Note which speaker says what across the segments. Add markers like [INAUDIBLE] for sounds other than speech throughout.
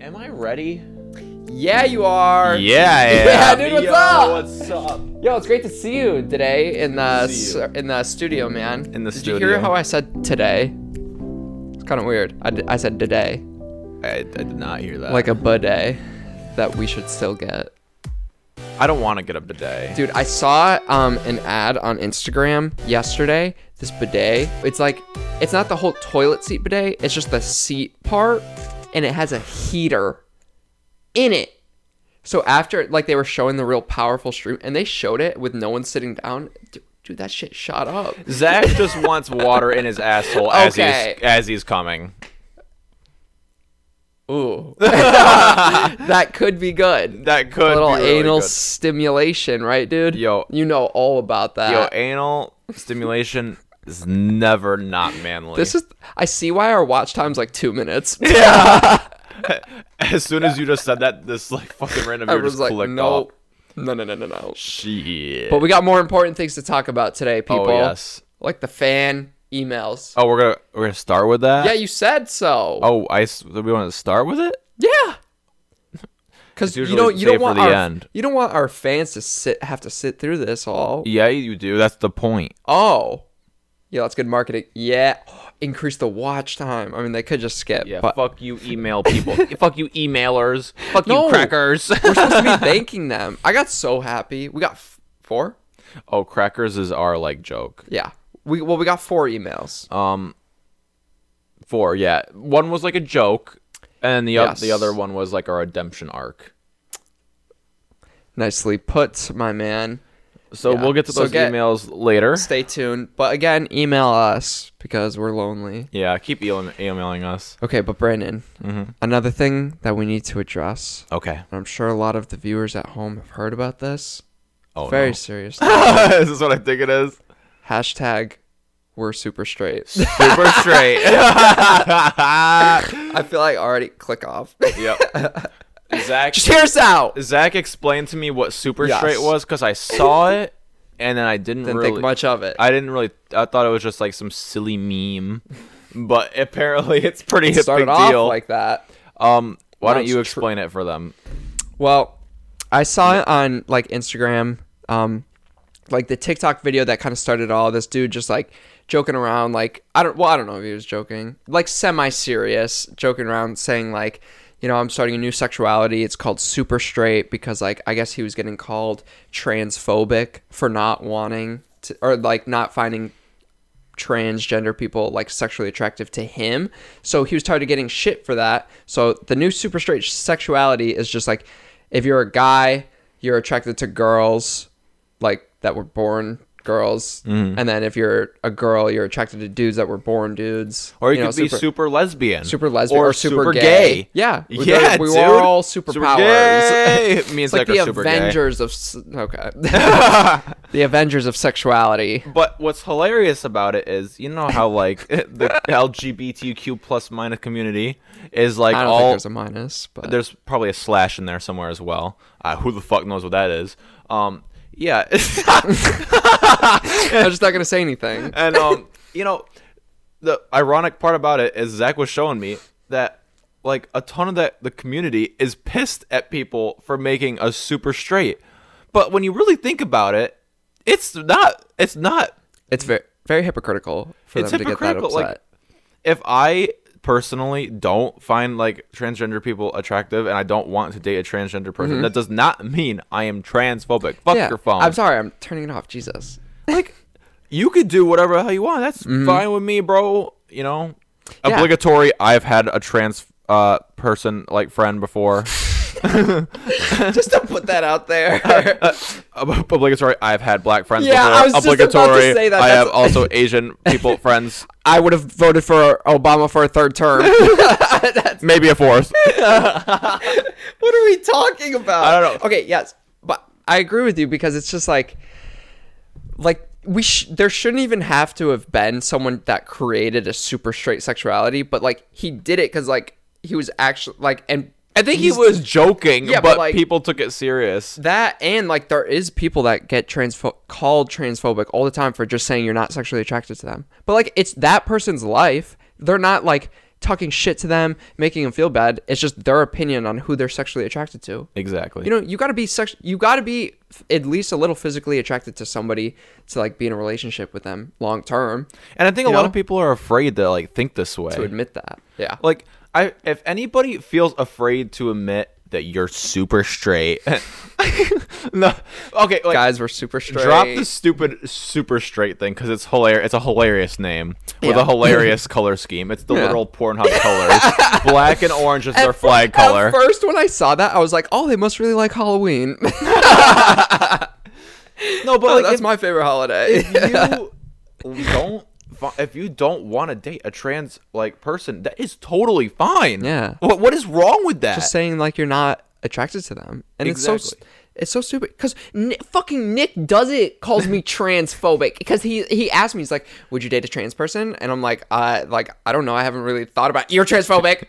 Speaker 1: I ready?
Speaker 2: Yeah, you are.
Speaker 1: Yeah,
Speaker 2: [LAUGHS] Yeah, dude, what's
Speaker 1: Yo,
Speaker 2: up?
Speaker 1: What's up?
Speaker 2: Yo, it's great to see you today in the
Speaker 1: See
Speaker 2: s- in the studio, man.
Speaker 1: In the
Speaker 2: Did you
Speaker 1: studio.
Speaker 2: hear how I said today? It's kind of weird. I, d- I said today,
Speaker 1: I, I did not hear that. Like,
Speaker 2: like a bidet that we should still get.
Speaker 1: I don't want to get up today.
Speaker 2: Dude, I saw um, an ad on Instagram yesterday. This bidet. It's like, it's not the whole toilet seat bidet. It's just the seat part, and it has a heater in it. So after, like, they were showing the real powerful stream, and they showed it with no one sitting down. Dude, dude that shit shot up.
Speaker 1: Zach just wants water in his asshole as
Speaker 2: Okay.
Speaker 1: he's as he's coming. [LAUGHS]
Speaker 2: Ooh, [LAUGHS] that could be good.
Speaker 1: That could
Speaker 2: A little
Speaker 1: be really
Speaker 2: anal
Speaker 1: good.
Speaker 2: stimulation, right, dude?
Speaker 1: Yo.
Speaker 2: you know all about that.
Speaker 1: Yo, anal stimulation is never not manly. [LAUGHS]
Speaker 2: this is. I see why our watch time's like two minutes. [LAUGHS]
Speaker 1: as soon as you just said that, this like fucking random
Speaker 2: I
Speaker 1: viewer
Speaker 2: was
Speaker 1: just
Speaker 2: like,
Speaker 1: clicked off.
Speaker 2: no, no, no, no, no, no.
Speaker 1: Shit.
Speaker 2: But we got more important things to talk about today, people.
Speaker 1: oh yes.
Speaker 2: Like the fan emails.
Speaker 1: Oh, we're gonna we're gonna start with that.
Speaker 2: Yeah, you said so.
Speaker 1: Oh, I s- we want to start with it. [LAUGHS]
Speaker 2: Yeah. Because you
Speaker 1: usually
Speaker 2: don't you don't
Speaker 1: saved for
Speaker 2: want
Speaker 1: the
Speaker 2: our,
Speaker 1: end.
Speaker 2: you don't want our fans to sit have to sit through this all.
Speaker 1: Yeah, you do. That's the point.
Speaker 2: Oh. Yeah, that's good marketing. Yeah. [GASPS] Increase the watch time. I mean, they could just skip.
Speaker 1: Yeah,
Speaker 2: but
Speaker 1: fuck you, email people. [LAUGHS] fuck you, emailers. Fuck
Speaker 2: No.
Speaker 1: you, [LAUGHS] crackers.
Speaker 2: we're supposed to be thanking them. I got so happy. We got f- four?
Speaker 1: oh, crackers is our like joke.
Speaker 2: Yeah. We well, we got four emails.
Speaker 1: Um, four. Yeah, one was like a joke, and the oth- the
Speaker 2: Yes.
Speaker 1: other one was like our redemption arc.
Speaker 2: Nicely put, my man.
Speaker 1: So
Speaker 2: Yeah.
Speaker 1: we'll get to
Speaker 2: So
Speaker 1: those
Speaker 2: get-
Speaker 1: emails later.
Speaker 2: stay tuned. But again, email us because we're lonely.
Speaker 1: yeah, keep e- emailing us.
Speaker 2: Okay, but Brandon,
Speaker 1: Mm-hmm.
Speaker 2: another thing that we need to address,
Speaker 1: Okay.
Speaker 2: and I'm sure a lot of the viewers at home have heard about this.
Speaker 1: Oh,
Speaker 2: Very
Speaker 1: [LAUGHS] no.
Speaker 2: seriously.
Speaker 1: is this what I think it is?
Speaker 2: Hashtag we're super
Speaker 1: [LAUGHS]
Speaker 2: straight.
Speaker 1: Super straight.
Speaker 2: I feel like already click off.
Speaker 1: [LAUGHS]
Speaker 2: [LAUGHS]
Speaker 1: yep. [LAUGHS] Zach.
Speaker 2: Cheers out.
Speaker 1: Zach explained to me what super
Speaker 2: Yes.
Speaker 1: straight was because I saw it, and then I didn't,
Speaker 2: Didn't
Speaker 1: really.
Speaker 2: think much of it.
Speaker 1: I didn't really. I thought it was just like some silly meme, but [LAUGHS] apparently it's pretty
Speaker 2: It
Speaker 1: hip
Speaker 2: started
Speaker 1: big
Speaker 2: off
Speaker 1: deal.
Speaker 2: like that.
Speaker 1: um, why
Speaker 2: No,
Speaker 1: don't you
Speaker 2: it's tr-
Speaker 1: explain it for them?
Speaker 2: Well, I saw it on like Instagram, um, like the TikTok video that kind of started all this dude just like joking around, like I don't, well, I don't know if he was joking, like semi-serious, joking around, saying like, you know, I'm starting a new sexuality. It's called super straight because like I guess he was getting called transphobic for not wanting to, or like not finding transgender people like sexually attractive to him. So he was tired of getting shit for that. So the new super straight sexuality is just like if you're a guy, you're attracted to girls like that were born girls.
Speaker 1: Mm-hmm.
Speaker 2: And then if you're a girl, you're attracted to dudes that were born dudes.
Speaker 1: Or you,
Speaker 2: know,
Speaker 1: could be super lesbian,
Speaker 2: super lesbian or, super, gay. Yeah. We're-
Speaker 1: yeah,
Speaker 2: we
Speaker 1: dude.
Speaker 2: were all superpowers. [LAUGHS]
Speaker 1: Gay. Me and
Speaker 2: It's like
Speaker 1: Zach
Speaker 2: the
Speaker 1: are super gay.
Speaker 2: Avengers of s-
Speaker 1: [LAUGHS]
Speaker 2: okay, [LAUGHS] the Avengers of sexuality.
Speaker 1: But what's hilarious about it is, you know how like [LAUGHS] the LGBTQ plus minus community is like
Speaker 2: I don't think
Speaker 1: all
Speaker 2: there's a minus, but
Speaker 1: there's probably a slash in there somewhere as well. Uh, who the fuck knows what that is? Um, yeah, [LAUGHS]
Speaker 2: I'm just not gonna say anything.
Speaker 1: and um, [LAUGHS] you know, the ironic part about it is Zach was showing me that like a ton of that the community is pissed at people for making us super straight, but when you really think about it, it's not. It's not.
Speaker 2: It's very very hypocritical for
Speaker 1: It's
Speaker 2: them to get that
Speaker 1: hypocritical,
Speaker 2: upset.
Speaker 1: like- If I personally don't find like transgender people attractive and I don't want to date a transgender person, that does not mean I am transphobic. Fuck
Speaker 2: Mm-hmm. yeah,
Speaker 1: your phone.
Speaker 2: I'm sorry, I'm turning it off. Jesus. [LAUGHS]
Speaker 1: like you could do whatever the hell you want. That's fine with me, bro. You know,
Speaker 2: Mm-hmm. Yeah.
Speaker 1: obligatory. I've had a trans uh person like friend
Speaker 2: [LAUGHS]
Speaker 1: before.
Speaker 2: Just to put that out there.
Speaker 1: Uh, Ob- obligatory. I've had black friends
Speaker 2: Yeah,
Speaker 1: before.
Speaker 2: I was just about to
Speaker 1: obligatory.
Speaker 2: say that.
Speaker 1: I
Speaker 2: That's-
Speaker 1: have
Speaker 2: [LAUGHS]
Speaker 1: also Asian people friends.
Speaker 2: I would have voted for Obama for a third [LAUGHS] term.
Speaker 1: Maybe a
Speaker 2: [LAUGHS]
Speaker 1: fourth.
Speaker 2: what are we talking about?
Speaker 1: I don't know.
Speaker 2: Okay, yes, but I agree with you because it's just like, like we sh- there shouldn't even have to have been someone that created a super straight sexuality, but like he did it because like he was actually like, and
Speaker 1: I think he
Speaker 2: he's-
Speaker 1: was joking,
Speaker 2: Yeah, but,
Speaker 1: but,
Speaker 2: like-
Speaker 1: people took it serious.
Speaker 2: That and like there is people that get transpho- called transphobic all the time for just saying you're not sexually attracted to them. But like it's that person's life. They're not like talking shit to them, making them feel bad. It's just their opinion on who they're sexually attracted to.
Speaker 1: Exactly.
Speaker 2: You know, you got to be sex you got to be f- at least a little physically attracted to somebody to like be in a relationship with them long term
Speaker 1: and I think a
Speaker 2: you
Speaker 1: lot
Speaker 2: know?
Speaker 1: of people are afraid to like think this way.
Speaker 2: to admit that. Yeah.
Speaker 1: Like I if anybody feels afraid to admit that you're super
Speaker 2: [LAUGHS]
Speaker 1: straight. [LAUGHS] no. Okay, like
Speaker 2: Guys were super straight.
Speaker 1: drop the stupid super straight thing cuz it's hilarious. It's a hilarious name with
Speaker 2: Yeah.
Speaker 1: a hilarious color scheme. It's the
Speaker 2: Yeah.
Speaker 1: literal Pornhub colors. Black and orange is their flag
Speaker 2: At
Speaker 1: color.
Speaker 2: first, when I saw that, I was like, "Oh, they must really like Halloween. [LAUGHS]
Speaker 1: No, but like
Speaker 2: That's
Speaker 1: if-
Speaker 2: my favorite holiday." [LAUGHS]
Speaker 1: if you don't fi- if you don't want to date a trans like person that is totally fine
Speaker 2: Yeah.
Speaker 1: what, what is wrong with that
Speaker 2: just saying like you're not attracted to them, and it's so
Speaker 1: Exactly.
Speaker 2: st- it's so stupid because fucking Nick does it calls me [LAUGHS] transphobic because he he asked me he's like, "Would you date a trans person?" And I'm like, "Uh, like I don't know, I haven't really thought about you're transphobic."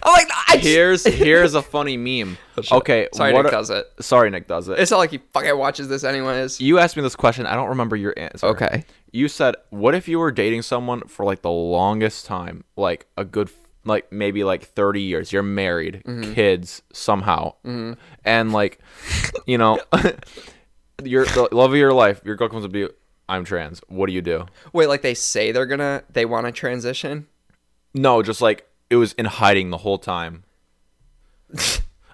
Speaker 2: [LAUGHS] I'm like, I just-
Speaker 1: here's here's a funny meme okay
Speaker 2: Sorry,
Speaker 1: what
Speaker 2: Nick
Speaker 1: are-
Speaker 2: does it.
Speaker 1: sorry nick does it
Speaker 2: It's not like he fucking watches this anyways.
Speaker 1: you asked me this question i don't remember your answer
Speaker 2: Okay.
Speaker 1: you said what if you were dating someone for like the longest time like a good like maybe like 30 years you're married
Speaker 2: Mm-hmm.
Speaker 1: kids somehow and like you know [LAUGHS] your the love of your life your girl comes up to you i'm trans what do you do
Speaker 2: Wait, like they say they're gonna they want to transition.
Speaker 1: No, just like it was in hiding the whole
Speaker 2: [LAUGHS]
Speaker 1: time.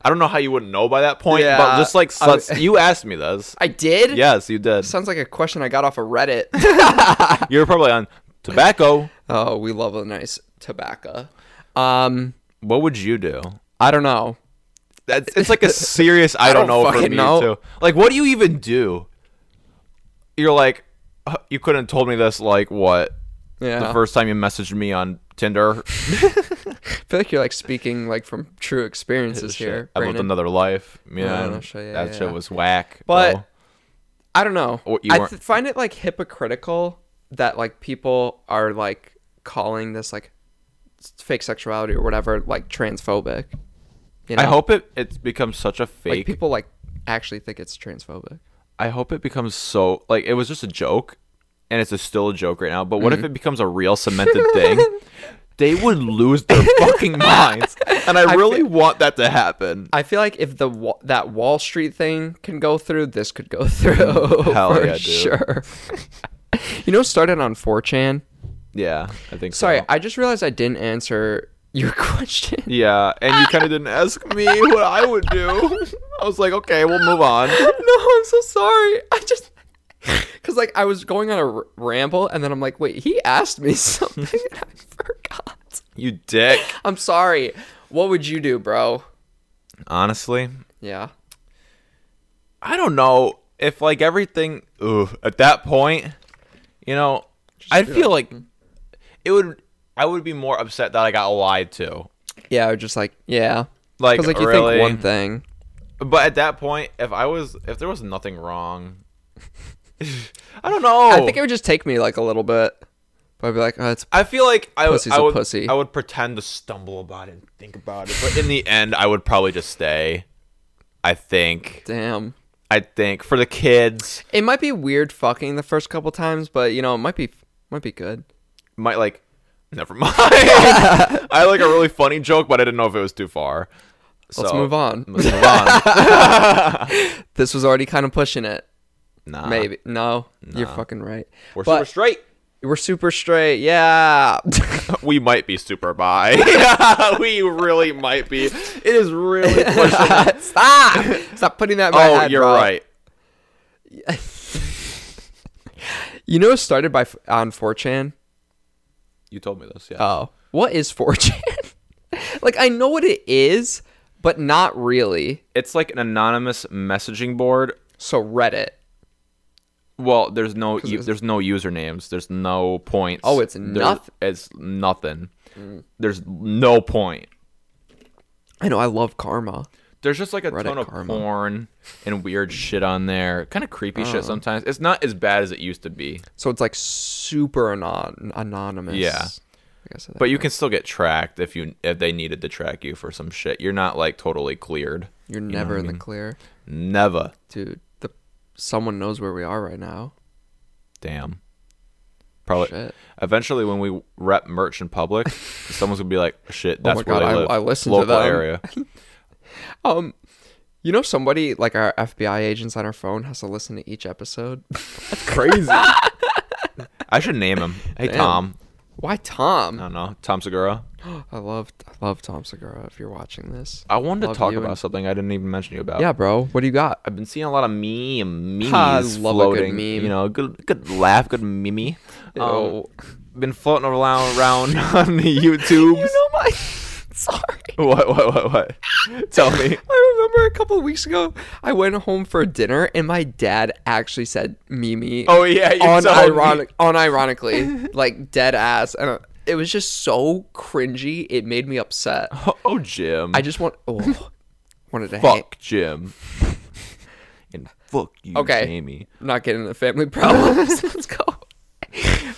Speaker 1: I don't know how you wouldn't know by that point,
Speaker 2: Yeah,
Speaker 1: but just like
Speaker 2: I would-
Speaker 1: such, you asked me
Speaker 2: [LAUGHS]
Speaker 1: this.
Speaker 2: I did.
Speaker 1: Yes, you did.
Speaker 2: Sounds like a question I got off of
Speaker 1: [LAUGHS]
Speaker 2: Reddit.
Speaker 1: You're probably on tobacco.
Speaker 2: oh, we love a nice tobacco. Um,
Speaker 1: What would you do?
Speaker 2: I don't know.
Speaker 1: That's it's like a serious [LAUGHS] I, don't,
Speaker 2: don't
Speaker 1: know for
Speaker 2: fucking
Speaker 1: me
Speaker 2: know.
Speaker 1: too. Like, what do you even do? You're like, "Uh, you couldn't have told me this. Like, what?
Speaker 2: Yeah,
Speaker 1: The first time you messaged me on
Speaker 2: [LAUGHS]
Speaker 1: Tinder.
Speaker 2: I feel like you're like speaking like from true experiences here.
Speaker 1: Shit, I lived
Speaker 2: Brandon.
Speaker 1: another life. Yeah,
Speaker 2: no shit, yeah,
Speaker 1: that
Speaker 2: yeah, yeah.
Speaker 1: shit was whack.
Speaker 2: But-
Speaker 1: bro.
Speaker 2: I don't know.
Speaker 1: Or you
Speaker 2: I
Speaker 1: weren't-
Speaker 2: th- find it like hypocritical that like people are like calling this like s- fake sexuality or whatever like transphobic. You know,
Speaker 1: I hope it it's become such a fake
Speaker 2: like people like actually think it's transphobic.
Speaker 1: I hope it becomes so like it was just a joke, and it's a, still a joke right now. But
Speaker 2: Mm-hmm.
Speaker 1: what if it becomes a real cemented
Speaker 2: [LAUGHS]
Speaker 1: thing? They would lose their fucking minds, and I, really want that to happen.
Speaker 2: I feel like if the wa- that Wall Street thing can go through, this could go [LAUGHS] through
Speaker 1: Mm, Hell
Speaker 2: for
Speaker 1: yeah, dude.
Speaker 2: sure. [LAUGHS] you know, it started on 4chan.
Speaker 1: yeah, I think.
Speaker 2: Sorry,
Speaker 1: so.
Speaker 2: I just realized I didn't answer your [LAUGHS] question.
Speaker 1: Yeah, and you kind of didn't ask me what I would do. [LAUGHS] I was like, okay, we'll move on.
Speaker 2: [LAUGHS] no, I'm so sorry. I just because like I was going on a r- ramble, and then I'm like, wait, he asked me [LAUGHS] something, and I forgot.
Speaker 1: You dick.
Speaker 2: I'm sorry. What would you do, bro?
Speaker 1: Honestly,
Speaker 2: Yeah.
Speaker 1: I don't know if like everything ugh, at that point, you know, I'd feel like it would. I would be more upset that I got lied to.
Speaker 2: Yeah, I was just like, yeah.
Speaker 1: Like,
Speaker 2: Because like you
Speaker 1: really?
Speaker 2: think one thing.
Speaker 1: But at that point, if I was, if there was nothing wrong, [LAUGHS] I don't know.
Speaker 2: I think it would just take me like a little bit. But I'd be like, oh, it's
Speaker 1: I feel like I, was.
Speaker 2: Pussy's
Speaker 1: I
Speaker 2: a
Speaker 1: would.
Speaker 2: pussy.
Speaker 1: I would pretend to stumble about it and think about it, but in the end, I would probably just stay. I think.
Speaker 2: damn.
Speaker 1: I think for the kids,
Speaker 2: It might be weird fucking the first couple times, but you know, it might be might be good.
Speaker 1: might like. Never [LAUGHS] mind. I had, like a really funny joke, but I didn't know if it was too far.
Speaker 2: Let's
Speaker 1: So,
Speaker 2: move on.
Speaker 1: Let's move
Speaker 2: [LAUGHS]
Speaker 1: on.
Speaker 2: This was already kind of pushing it.
Speaker 1: Nah,
Speaker 2: Maybe. No, you're fucking right.
Speaker 1: Uh-huh. we're
Speaker 2: but
Speaker 1: super straight.
Speaker 2: we're super straight. Yeah. [LAUGHS]
Speaker 1: We might be super bi. [LAUGHS] yeah, we really might be. It is
Speaker 2: [LAUGHS]
Speaker 1: really pushing
Speaker 2: Stop. Ah! Stop putting that in my
Speaker 1: Oh,
Speaker 2: head,
Speaker 1: you're
Speaker 2: bro.
Speaker 1: right.
Speaker 2: You know it started by f- on 4chan?
Speaker 1: You told me this, yeah.
Speaker 2: Oh. What is [LAUGHS] 4chan? like I know what it is, but not really.
Speaker 1: it's like an anonymous messaging board.
Speaker 2: So Reddit.
Speaker 1: Well, there's no u- there's no usernames. There's no points.
Speaker 2: Oh, it's noth- Mm.
Speaker 1: It's nothing. There's no point.
Speaker 2: I know I love karma.
Speaker 1: There's just like a ton of
Speaker 2: karma.
Speaker 1: porn and weird shit on there. Kind of creepy
Speaker 2: Uh-huh.
Speaker 1: shit sometimes. It's not as bad as it used to be,
Speaker 2: So it's like super anon- anonymous.
Speaker 1: Yeah.
Speaker 2: I guess
Speaker 1: but you can still get tracked if you if they needed to track you for some shit. You're not like totally cleared.
Speaker 2: you're never in the clear.
Speaker 1: Never.
Speaker 2: Dude, the someone knows where we are right now.
Speaker 1: Damn. Probably.
Speaker 2: Shit.
Speaker 1: Eventually, when we rep merch in
Speaker 2: [LAUGHS]
Speaker 1: public, someone's gonna be like, "Shit, that's
Speaker 2: Oh my
Speaker 1: where
Speaker 2: God,
Speaker 1: they
Speaker 2: I-
Speaker 1: live."
Speaker 2: I listened to
Speaker 1: Local
Speaker 2: them.
Speaker 1: area.
Speaker 2: Um, you know, somebody like our FBI agents on our phone has to listen to each episode. [LAUGHS]
Speaker 1: Crazy. [LAUGHS] I should name him. Hey Tom.
Speaker 2: Why Tom?
Speaker 1: I don't know. Tom Segura.
Speaker 2: I love I love Tom Segura. If you're watching this,
Speaker 1: I wanted
Speaker 2: Love
Speaker 1: to talk
Speaker 2: you
Speaker 1: about
Speaker 2: and-
Speaker 1: something I didn't even mention you about.
Speaker 2: yeah, bro. What do you got?
Speaker 1: I've been seeing a lot of meme memes
Speaker 2: Ha, I love a good
Speaker 1: floating.
Speaker 2: meme.
Speaker 1: You know, good good laugh, good mimi. Um, been floating around around [LAUGHS] on the
Speaker 2: You
Speaker 1: YouTubes.
Speaker 2: know my. [LAUGHS] Sorry.
Speaker 1: What what what what? Tell me.
Speaker 2: [LAUGHS] I remember a couple weeks ago, I went home for dinner and my dad actually said Mimi.
Speaker 1: Oh yeah, you
Speaker 2: on
Speaker 1: told me.
Speaker 2: ironic, on ironically, [LAUGHS] like dead ass, and uh, it was just so cringy. It made me upset.
Speaker 1: Oh, oh, Jim.
Speaker 2: I just want, oh, [LAUGHS] wanted to hang-
Speaker 1: fuck
Speaker 2: [LAUGHS]
Speaker 1: Jim. and fuck you,
Speaker 2: Okay.
Speaker 1: Jamie.
Speaker 2: not getting into family [LAUGHS] problems.
Speaker 1: [LAUGHS]
Speaker 2: Let's go.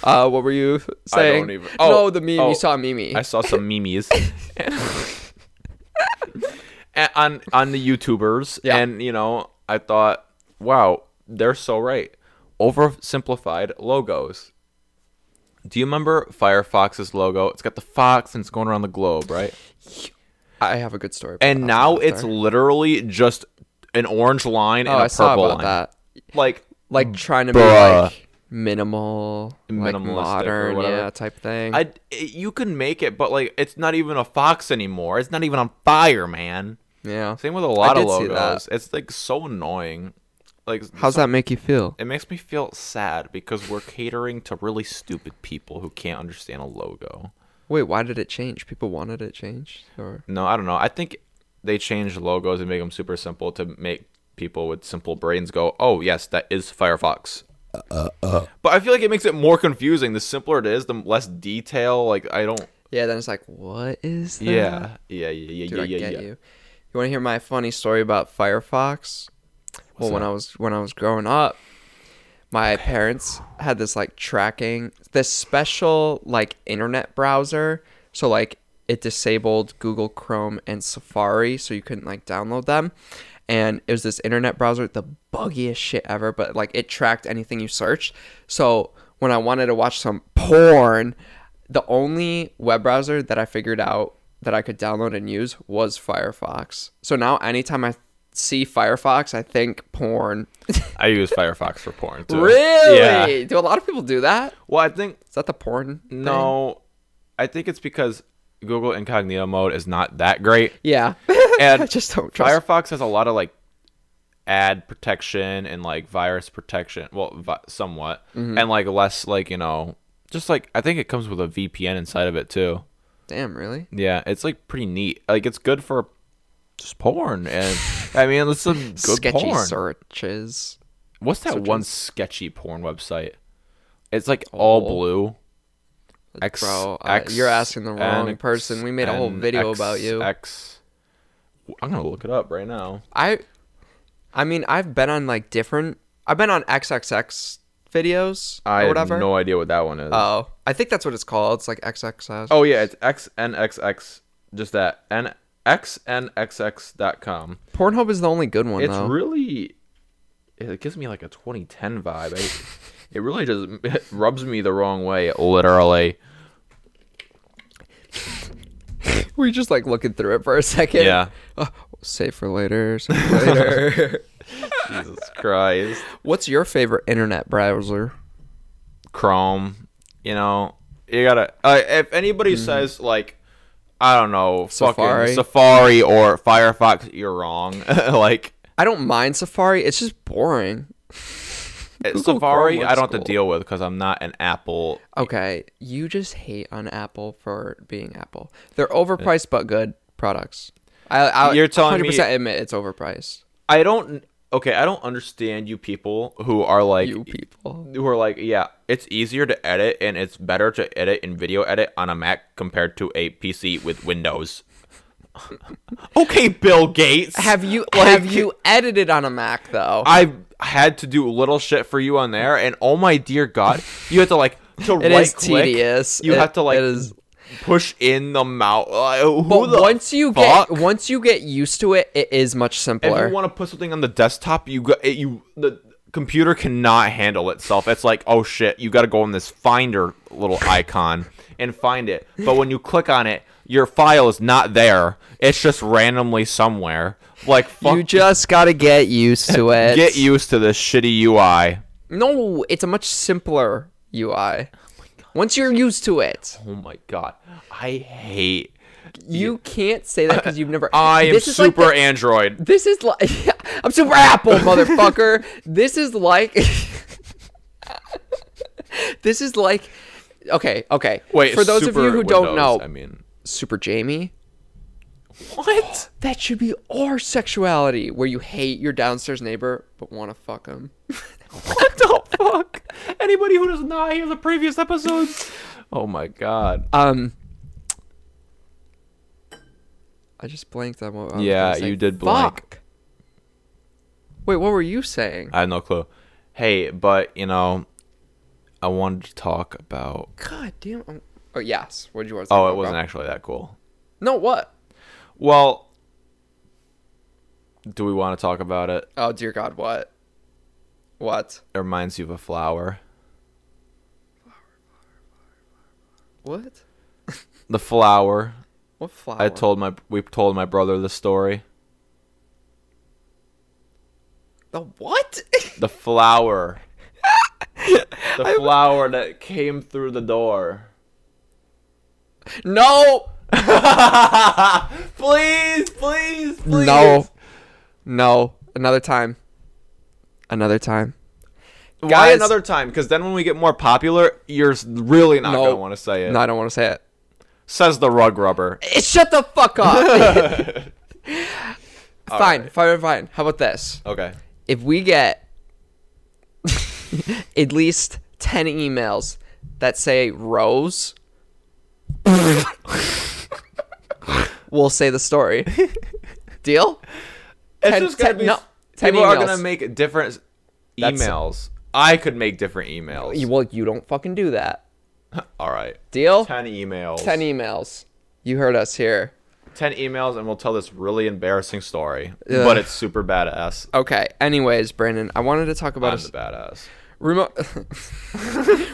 Speaker 2: Uh, what were you saying?
Speaker 1: don't even- oh,
Speaker 2: no, the meme
Speaker 1: oh,
Speaker 2: you saw, Mimi.
Speaker 1: I saw some memes
Speaker 2: [LAUGHS]
Speaker 1: and, on on the YouTubers,
Speaker 2: Yeah.
Speaker 1: and you know, I thought, wow, they're so right. Oversimplified logos. Do you remember Firefox's logo? It's got the fox and it's going around the globe, right?
Speaker 2: I have a good story. About
Speaker 1: And
Speaker 2: that
Speaker 1: now
Speaker 2: after.
Speaker 1: it's literally just an orange line
Speaker 2: oh,
Speaker 1: and a
Speaker 2: I saw
Speaker 1: purple
Speaker 2: about
Speaker 1: line.
Speaker 2: that.
Speaker 1: Like
Speaker 2: Like trying to be
Speaker 1: Bruh.
Speaker 2: like minimal, like
Speaker 1: Minimalistic or
Speaker 2: modern,
Speaker 1: whatever.
Speaker 2: yeah, type thing.
Speaker 1: I it- you can make it, but like it's not even a fox anymore. It's not even on fire, man.
Speaker 2: yeah.
Speaker 1: Same with a lot of
Speaker 2: did see that.
Speaker 1: logos. It's like so annoying. Like
Speaker 2: How's that make you feel?
Speaker 1: it makes me feel sad because we're catering to really stupid people who can't understand a logo.
Speaker 2: Wait, why did it change? People wanted it changed, or
Speaker 1: No, I don't know. I think they change logos and make them super simple to make people with simple brains go, "Oh, yes, that is Firefox." But I feel like it makes it more confusing. The simpler it is, the less detail. Like I don't.
Speaker 2: yeah. Then it's like, what is? That?
Speaker 1: Yeah, yeah, yeah, yeah,
Speaker 2: dude,
Speaker 1: yeah,
Speaker 2: I
Speaker 1: yeah.
Speaker 2: get
Speaker 1: yeah.
Speaker 2: you. You want to hear my funny story about Firefox? well, when I was when I was growing up, my parents had this like tracking this special like internet browser. So like it disabled Google Chrome and Safari, so you couldn't like download them. And it was this internet browser, the buggiest shit ever, but like it tracked anything you searched. So when I wanted to watch some porn, the only web browser that I figured out that I could download and use was Firefox. So now anytime I see Firefox, I think porn.
Speaker 1: I use Firefox for porn. Too.
Speaker 2: really?
Speaker 1: Yeah.
Speaker 2: Do a lot of people do that?
Speaker 1: Well, I think
Speaker 2: Is that the porn? thing?
Speaker 1: No, I think it's because Google Incognito mode is not that great, [LAUGHS]
Speaker 2: [LAUGHS] Yeah.
Speaker 1: and
Speaker 2: I just don't trust.
Speaker 1: Firefox has a lot of like ad protection and like virus protection. Well, vi- somewhat,
Speaker 2: Mm-hmm.
Speaker 1: and like less like you know, just like I think it comes with a VPN inside of it too.
Speaker 2: Damn, really?
Speaker 1: Yeah, it's like pretty neat. Like it's good for just porn, and I mean, it's some good
Speaker 2: Sketchy
Speaker 1: porn.
Speaker 2: searches.
Speaker 1: What's that one sketchy porn website? It's like all blue. X,
Speaker 2: Oh. Bro, I- you're asking the wrong person. We made a whole video about you.
Speaker 1: X. I'm gonna look it up right now.
Speaker 2: I I mean, I've been on like different I've been on XXX videos
Speaker 1: I
Speaker 2: or
Speaker 1: have
Speaker 2: whatever.
Speaker 1: no idea what that one is.
Speaker 2: oh, I think that's what it's called. It's like XXX.
Speaker 1: oh yeah, it's xnxx. Just that n xnxx.com.
Speaker 2: Pornhub is the only good one
Speaker 1: It's
Speaker 2: though.
Speaker 1: really. It gives me like a 2010 vibe. I,
Speaker 2: [LAUGHS]
Speaker 1: it really just it rubs me the wrong way. Literally.
Speaker 2: We're just like looking through it for a second.
Speaker 1: Yeah.
Speaker 2: [LAUGHS] Oh, save for later. Save for [LAUGHS] later.
Speaker 1: Jesus Christ.
Speaker 2: What's your favorite internet browser?
Speaker 1: Chrome. You know, you gotta. Uh, if anybody says like, I don't know,
Speaker 2: Mm-hmm. Safari.
Speaker 1: fucking Safari or Firefox, you're wrong. [LAUGHS] like
Speaker 2: I don't mind Safari. It's just boring. Google
Speaker 1: Safari,
Speaker 2: Chrome
Speaker 1: I don't
Speaker 2: looks
Speaker 1: have to
Speaker 2: cool.
Speaker 1: deal with because I'm not an Apple.
Speaker 2: Okay, you just hate on Apple for being Apple. They're overpriced but good products. I, I
Speaker 1: You're telling me-
Speaker 2: 100% admit it's overpriced.
Speaker 1: I don't. Okay, I don't understand you people who are like
Speaker 2: You people.
Speaker 1: who are like, yeah, it's easier to edit and it's better to edit and video edit on a Mac compared to a PC with Windows. [LAUGHS] okay, Bill Gates.
Speaker 2: Have [LAUGHS] you
Speaker 1: Like-
Speaker 2: have you edited on a Mac though?
Speaker 1: I had to do little shit for you on there, and oh my dear God, you had to like to
Speaker 2: [LAUGHS] It is
Speaker 1: right click.
Speaker 2: tedious.
Speaker 1: You
Speaker 2: It-
Speaker 1: have to like
Speaker 2: it is
Speaker 1: push in the mouse. Like, who
Speaker 2: But
Speaker 1: the
Speaker 2: once you
Speaker 1: fuck?
Speaker 2: get once you get used to it, it is much
Speaker 1: if
Speaker 2: simpler.
Speaker 1: you want to put something on the desktop, you got it, you the computer cannot handle itself. It's like, oh shit, you got to go in this finder little icon and find it. But when you click on it, your file is not there. It's just randomly somewhere. Like fuck,
Speaker 2: You just gotta [LAUGHS] get used to it.
Speaker 1: get used to this shitty UI.
Speaker 2: No, it's a much simpler UI. Oh Once you're used to it,
Speaker 1: Oh my god, I hate.
Speaker 2: you can't say that because you've [LAUGHS] never.
Speaker 1: I am
Speaker 2: This is like
Speaker 1: super
Speaker 2: the-
Speaker 1: Android.
Speaker 2: This is like [LAUGHS] I'm super Apple, motherfucker. this is like [LAUGHS] this is like okay, okay.
Speaker 1: Wait,
Speaker 2: for those of you
Speaker 1: super
Speaker 2: who don't know,
Speaker 1: Windows, I mean,
Speaker 2: Super Jamie. [LAUGHS]
Speaker 1: what?
Speaker 2: That should be our sexuality, where you hate your downstairs neighbor but want to
Speaker 1: [LAUGHS]
Speaker 2: fuck him.
Speaker 1: What the fuck? Anybody who does not hear the previous episodes. Oh my god.
Speaker 2: Um, I just blanked on what. I was
Speaker 1: Yeah,
Speaker 2: gonna say.
Speaker 1: you did blank.
Speaker 2: Fuck. Wait, what were you saying?
Speaker 1: I have no clue. Hey, but you know, I wanted to talk about.
Speaker 2: God damn. I'm- Oh yes. What did you want to?
Speaker 1: Oh,
Speaker 2: talk
Speaker 1: it
Speaker 2: about?
Speaker 1: wasn't actually that cool.
Speaker 2: No, what?
Speaker 1: Well, do we want to talk about it?
Speaker 2: Oh dear God, what? What?
Speaker 1: It reminds you of a flower.
Speaker 2: What?
Speaker 1: The flower.
Speaker 2: What flower?
Speaker 1: I told my we told my brother the story.
Speaker 2: the what? [LAUGHS]
Speaker 1: The [LAUGHS] flower. the flower that came through the door.
Speaker 2: no,
Speaker 1: please, please, please.
Speaker 2: no, no. Another time. Another time.
Speaker 1: Why
Speaker 2: Guys-
Speaker 1: another time? Because then when we get more popular, you're s- really not
Speaker 2: No.
Speaker 1: gonna want to say it.
Speaker 2: No, I don't want to say it.
Speaker 1: Says the rug rubber.
Speaker 2: Eh, Shut the fuck [LAUGHS] up. fine, fine, fine. How about this?
Speaker 1: Okay.
Speaker 2: If we get [LAUGHS] at least 10 emails that say Rose, [LAUGHS] we'll say the [LAUGHS] story. Deal?
Speaker 1: It's
Speaker 2: Ten-
Speaker 1: just gonna
Speaker 2: ten-
Speaker 1: be.
Speaker 2: no,
Speaker 1: s-
Speaker 2: ten
Speaker 1: people are
Speaker 2: emails.
Speaker 1: gonna make different
Speaker 2: That's-
Speaker 1: emails. I could make different emails.
Speaker 2: You- Well, you don't fucking do that.
Speaker 1: All right.
Speaker 2: Deal? 10,
Speaker 1: Ten emails.
Speaker 2: emails. You heard us here.
Speaker 1: Ten emails, and we'll tell this really embarrassing story. But it's super badass.
Speaker 2: Okay. Anyways, Brandon, I wanted to talk about
Speaker 1: I'm
Speaker 2: a,
Speaker 1: the badass.
Speaker 2: Remo-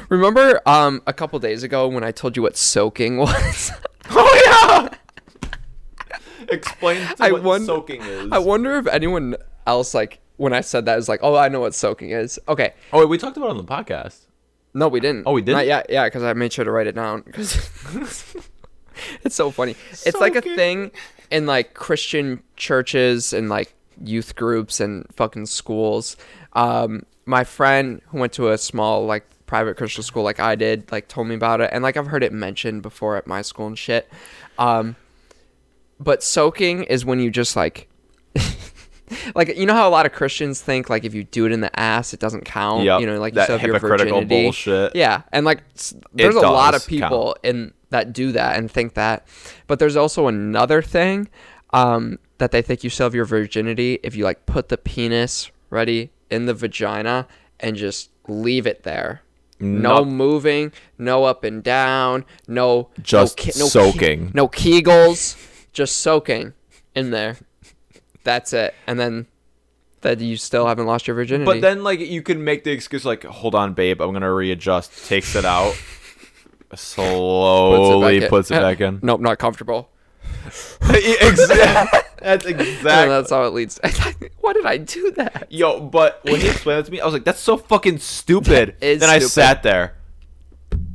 Speaker 2: [LAUGHS] Remember um, a couple days ago when I told you what soaking [LAUGHS] was?
Speaker 1: Oh yeah. Explain to
Speaker 2: I
Speaker 1: what
Speaker 2: won-
Speaker 1: soaking is.
Speaker 2: I wonder if anyone else, like, when I said that, is like, oh, I know what soaking is. Okay.
Speaker 1: oh, wait, we talked about it on the podcast.
Speaker 2: No, we didn't.
Speaker 1: Oh, we didn't?
Speaker 2: Not yet. Yeah, because I made sure to write it down. 'cause- [LAUGHS] it's so funny. It's like a
Speaker 1: Soaking.
Speaker 2: thing in, like, Christian churches and, like, youth groups and fucking schools. Um, my friend who went to a small, like, private Christian school like I did, like, told me about it. And, like, I've heard it mentioned before at my school and shit. Um, but soaking is when you just like [LAUGHS] like you know how a lot of christians think like if you do it in the ass it doesn't count
Speaker 1: Yep,
Speaker 2: you know like
Speaker 1: that
Speaker 2: you still have your
Speaker 1: hypocritical
Speaker 2: virginity.
Speaker 1: bullshit.
Speaker 2: yeah and like s- there's a
Speaker 1: does
Speaker 2: lot of
Speaker 1: count.
Speaker 2: people in that do that and think that but there's also another thing um that they think you still have your virginity if you like put the penis ready in the vagina and just leave it there no
Speaker 1: Not-
Speaker 2: moving, no up and down, no
Speaker 1: Just
Speaker 2: no
Speaker 1: soaking.
Speaker 2: no kegels, just soaking in there. That's it. And then that you still haven't lost your virginity.
Speaker 1: But then, like, you can make the excuse, like, hold on, babe, I'm going to readjust. Takes it out. [LAUGHS] Slowly puts it back in.
Speaker 2: [LAUGHS]
Speaker 1: [LAUGHS]
Speaker 2: nope, not comfortable.
Speaker 1: Exactly. [LAUGHS] That's
Speaker 2: And
Speaker 1: exactly.
Speaker 2: that's how it leads. [LAUGHS] Why did I do that?
Speaker 1: Yo, but when he explained that to me, I was like, that's so fucking [LAUGHS] stupid.
Speaker 2: is
Speaker 1: Then I
Speaker 2: stupid.
Speaker 1: sat there.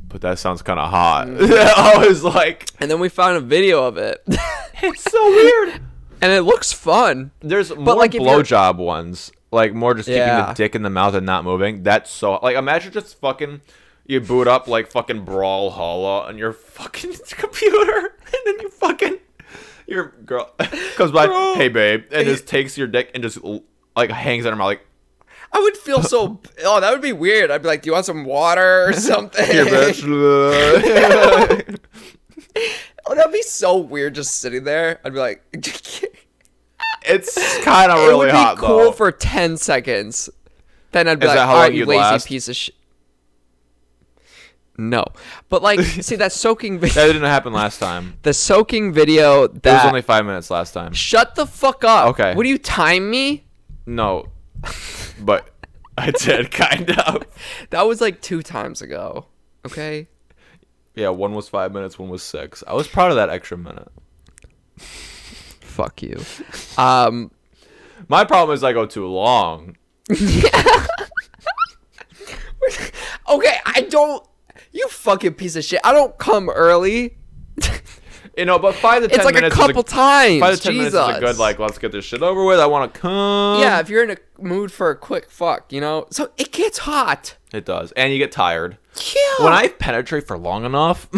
Speaker 1: But that sounds kind of hot. [LAUGHS] I was like,
Speaker 2: And then we found a video of [LAUGHS] it,
Speaker 1: it's so [LAUGHS] weird.
Speaker 2: and it looks fun.
Speaker 1: There's more
Speaker 2: like, if you're-
Speaker 1: blowjob ones, like more just keeping
Speaker 2: Yeah.
Speaker 1: the dick in the mouth and not moving. That's so like imagine just fucking you boot up like fucking brawl holla on your fucking [LAUGHS] computer, and then you fucking your girl [LAUGHS] comes by,
Speaker 2: Bro.
Speaker 1: hey babe, and
Speaker 2: [LAUGHS]
Speaker 1: just takes your dick and just like hangs on her mouth like
Speaker 2: I would feel so. Oh, that would be weird. I'd be like, "Do you want some water [LAUGHS] or something?"
Speaker 1: here bitch.
Speaker 2: [LAUGHS] oh, that'd be so weird just sitting there. I'd be like. [LAUGHS]
Speaker 1: it's kind of really
Speaker 2: it would be
Speaker 1: hot
Speaker 2: cool
Speaker 1: though.
Speaker 2: for 10 seconds. Then I'd be
Speaker 1: Is
Speaker 2: like,
Speaker 1: that how
Speaker 2: all
Speaker 1: long
Speaker 2: right, you
Speaker 1: you'd
Speaker 2: lazy
Speaker 1: last?"
Speaker 2: piece of shit. No. But
Speaker 1: [LAUGHS]
Speaker 2: like, see, that soaking
Speaker 1: that
Speaker 2: video,
Speaker 1: didn't happen last time.
Speaker 2: [LAUGHS] the soaking video
Speaker 1: It was
Speaker 2: that.
Speaker 1: only five minutes last time.
Speaker 2: Shut the fuck up.
Speaker 1: Okay.
Speaker 2: What do you time me?
Speaker 1: No, [LAUGHS] but I did, [LAUGHS] kind of.
Speaker 2: That was like two times ago. Okay.
Speaker 1: Yeah, one was five minutes, one was six. I was proud of that extra minute. [LAUGHS]
Speaker 2: Fuck you. Um,
Speaker 1: My problem is I go too long.
Speaker 2: okay, I don't. You fucking piece of shit. I don't come early. [LAUGHS]
Speaker 1: You know, but five to ten
Speaker 2: It's like a
Speaker 1: minutes
Speaker 2: couple
Speaker 1: is a,
Speaker 2: times.
Speaker 1: Five to ten
Speaker 2: Jesus.
Speaker 1: minutes is a good like. Let's get this shit over with. I want to come.
Speaker 2: yeah, if you're in a mood for a quick fuck, you know. So it gets hot.
Speaker 1: it does, and you get tired.
Speaker 2: Yeah.
Speaker 1: When I penetrate for long enough,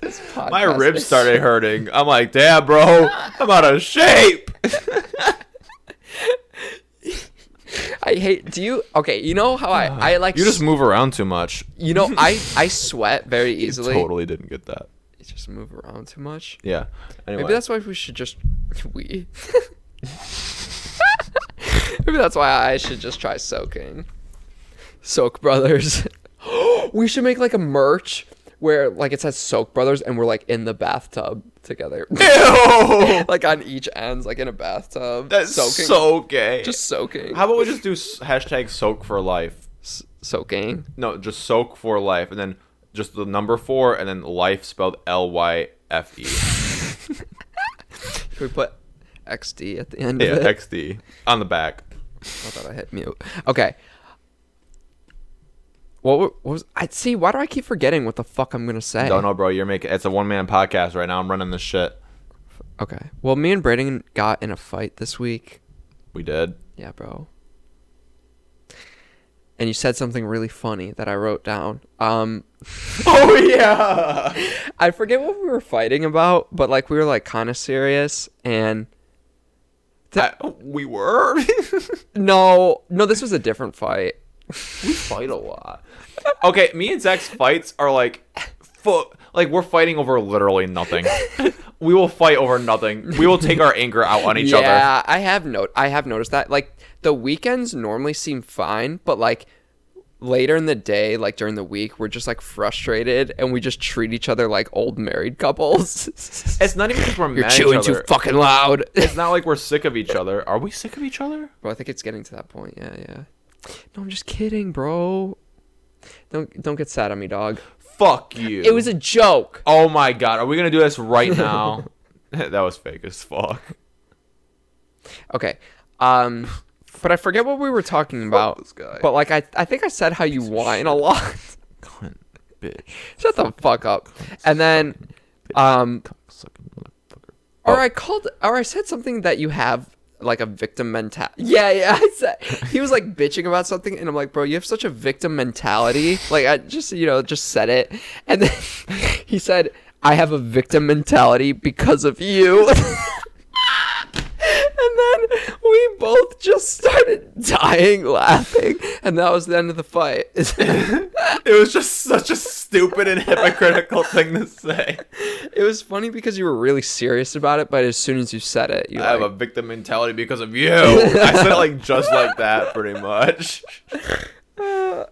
Speaker 1: [LAUGHS] my ribs started hurting. I'm like, damn, bro, I'm out of shape.
Speaker 2: I hate. Do you? Okay, you know how I I like.
Speaker 1: You just
Speaker 2: s-
Speaker 1: move around too much. [LAUGHS]
Speaker 2: You know I I sweat very easily.
Speaker 1: Totally didn't get that.
Speaker 2: You just move around too much.
Speaker 1: Yeah. Anyway,
Speaker 2: Maybe that's why we should just [LAUGHS] we. Maybe that's why I should just try soaking. Soak Brothers. [GASPS] we should make like a merch where like it says Soak Brothers and we're like in the bathtub together. [LAUGHS]
Speaker 1: Ew!
Speaker 2: like on each ends, like in a bathtub.
Speaker 1: That's
Speaker 2: soaking.
Speaker 1: so gay.
Speaker 2: just soaking.
Speaker 1: How about we just do s- hashtag soak for life?
Speaker 2: S- soaking.
Speaker 1: No, just soak for life, and then just the number four, and then life spelled L Y F
Speaker 2: [LAUGHS]
Speaker 1: E.
Speaker 2: Should we put XD at the end
Speaker 1: Yeah,
Speaker 2: of it?
Speaker 1: XD on the back.
Speaker 2: I thought I hit mute. Okay. What, were, what was I see? Why do I keep forgetting what the fuck I'm gonna say?
Speaker 1: Don't know, bro. You're making it's a one man podcast right now. I'm running this shit.
Speaker 2: Okay. Well, me and Braden got in a fight this week.
Speaker 1: We did.
Speaker 2: Yeah, bro. And you said something really funny that I wrote down. [LAUGHS] Um,
Speaker 1: Oh yeah.
Speaker 2: [LAUGHS] I forget what we were fighting about, but like we were like kind of serious. And
Speaker 1: we were. [LAUGHS]
Speaker 2: no, no, this was a different fight.
Speaker 1: we fight a lot. Okay, me and Zach's fights are like, fu- like we're fighting over literally
Speaker 2: [LAUGHS]
Speaker 1: nothing. we will fight over nothing. We will take our anger out on each other.
Speaker 2: yeah, I have no, I have noticed that. Like the weekends normally seem fine, but like later in the day, like during the week, we're just like frustrated and we just treat each other like old married couples. [LAUGHS]
Speaker 1: It's not even because we're
Speaker 2: You're
Speaker 1: mad at
Speaker 2: chewing
Speaker 1: each other.
Speaker 2: too fucking [LAUGHS] loud.
Speaker 1: it's not like we're sick of each other. Are we sick of each other?
Speaker 2: Bro, I think it's getting to that point. Yeah, yeah. No, I'm just kidding, bro. Don't don't get sad on me, dog.
Speaker 1: Fuck you.
Speaker 2: It was a joke.
Speaker 1: Oh my god, are we gonna do this [LAUGHS] right now? that was fake as fuck.
Speaker 2: Okay. Um but I forget what we were talking about.
Speaker 1: this guy.
Speaker 2: But like I I think I said how you whine a lot. [LAUGHS]
Speaker 1: Cunt, bitch.
Speaker 2: Shut the fuck up. And then um
Speaker 1: Sucking motherfucker.
Speaker 2: or I called or I said something that you have like a victim mentality. Yeah, yeah. I said he was like bitching about something, and I'm like, bro, you have such a victim mentality. Like I just you know just said it, and then [LAUGHS] he said, I have a victim mentality because of you. [LAUGHS] And then we both just started dying laughing, and that was the end of the fight. [LAUGHS]
Speaker 1: [LAUGHS] It was just such a stupid and hypocritical thing to [LAUGHS] say.
Speaker 2: it was funny because you were really serious about it, but as soon as you said it, you
Speaker 1: I have
Speaker 2: like,
Speaker 1: a victim mentality because of [LAUGHS] you. I said it like just like that, pretty [LAUGHS] much.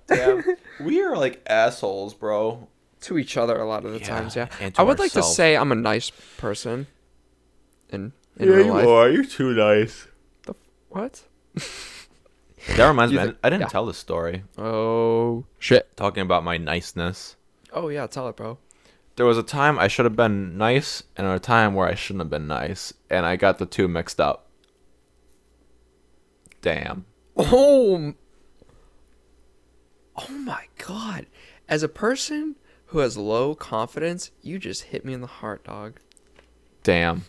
Speaker 1: Yeah, we are like assholes, bro.
Speaker 2: to each other a lot of the times. Yeah,
Speaker 1: and to
Speaker 2: I would like to
Speaker 1: ourselves.
Speaker 2: say I'm a nice person. In, in real life.
Speaker 1: are. You're too nice.
Speaker 2: The f- what?
Speaker 1: That reminds me.
Speaker 2: think-
Speaker 1: I didn't
Speaker 2: yeah.
Speaker 1: tell the story.
Speaker 2: Oh shit!
Speaker 1: Talking about my niceness.
Speaker 2: Oh yeah, tell it, bro.
Speaker 1: There was a time I should have been nice, and a time where I shouldn't have been nice, and I got the two mixed up. Damn.
Speaker 2: Oh. m- Oh my god! As a person who has low confidence, you just hit me in the heart, dog.
Speaker 1: Damn.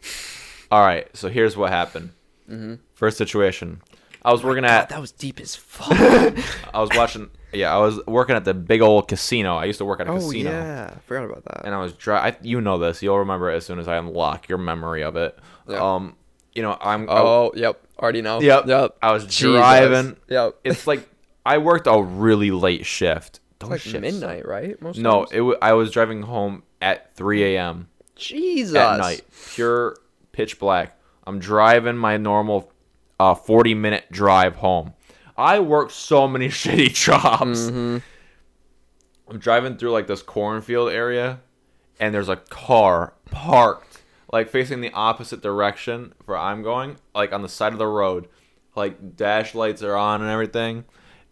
Speaker 1: All right, so here's what happened.
Speaker 2: Mm-hmm.
Speaker 1: First situation. I was working at
Speaker 2: God, that was deep
Speaker 1: [LAUGHS]
Speaker 2: as fuck.
Speaker 1: I was watching. Yeah, I was working at the big old casino. I used to work at a
Speaker 2: oh
Speaker 1: casino,
Speaker 2: yeah, forgot about that.
Speaker 1: and I was dry. I, you know this. You'll remember it as soon as I unlock your memory of it.
Speaker 2: Yeah.
Speaker 1: Um, you know, I'm. I,
Speaker 2: oh yep, already know.
Speaker 1: yep.
Speaker 2: yep.
Speaker 1: I was
Speaker 2: Jesus.
Speaker 1: driving.
Speaker 2: Yep. It's
Speaker 1: It's like I worked a really late shift. Those
Speaker 2: like
Speaker 1: shifts suck.
Speaker 2: midnight, right? Most
Speaker 1: oh, No,
Speaker 2: times?
Speaker 1: it. W- I was driving home at 3 a.m.
Speaker 2: Jesus.
Speaker 1: at night, pure pitch black. I'm driving my normal uh, 40 minute drive home. I work so many [LAUGHS] shitty jobs. I'm driving through like this cornfield area, and there's a car parked like facing the opposite direction where I'm going, like on the side of the road. like dash lights are on and everything,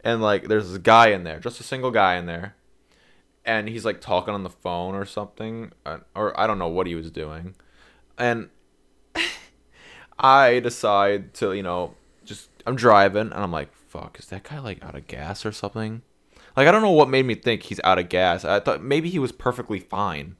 Speaker 1: and like there's a guy in there, just a single guy in there, and he's like talking on the phone or something, uh, or I don't know what he was doing, and [LAUGHS] I decide to you know just I'm driving and I'm like fuck is that guy like out of gas or something. Like I don't know what made me think he's out of gas. I thought maybe he was perfectly fine,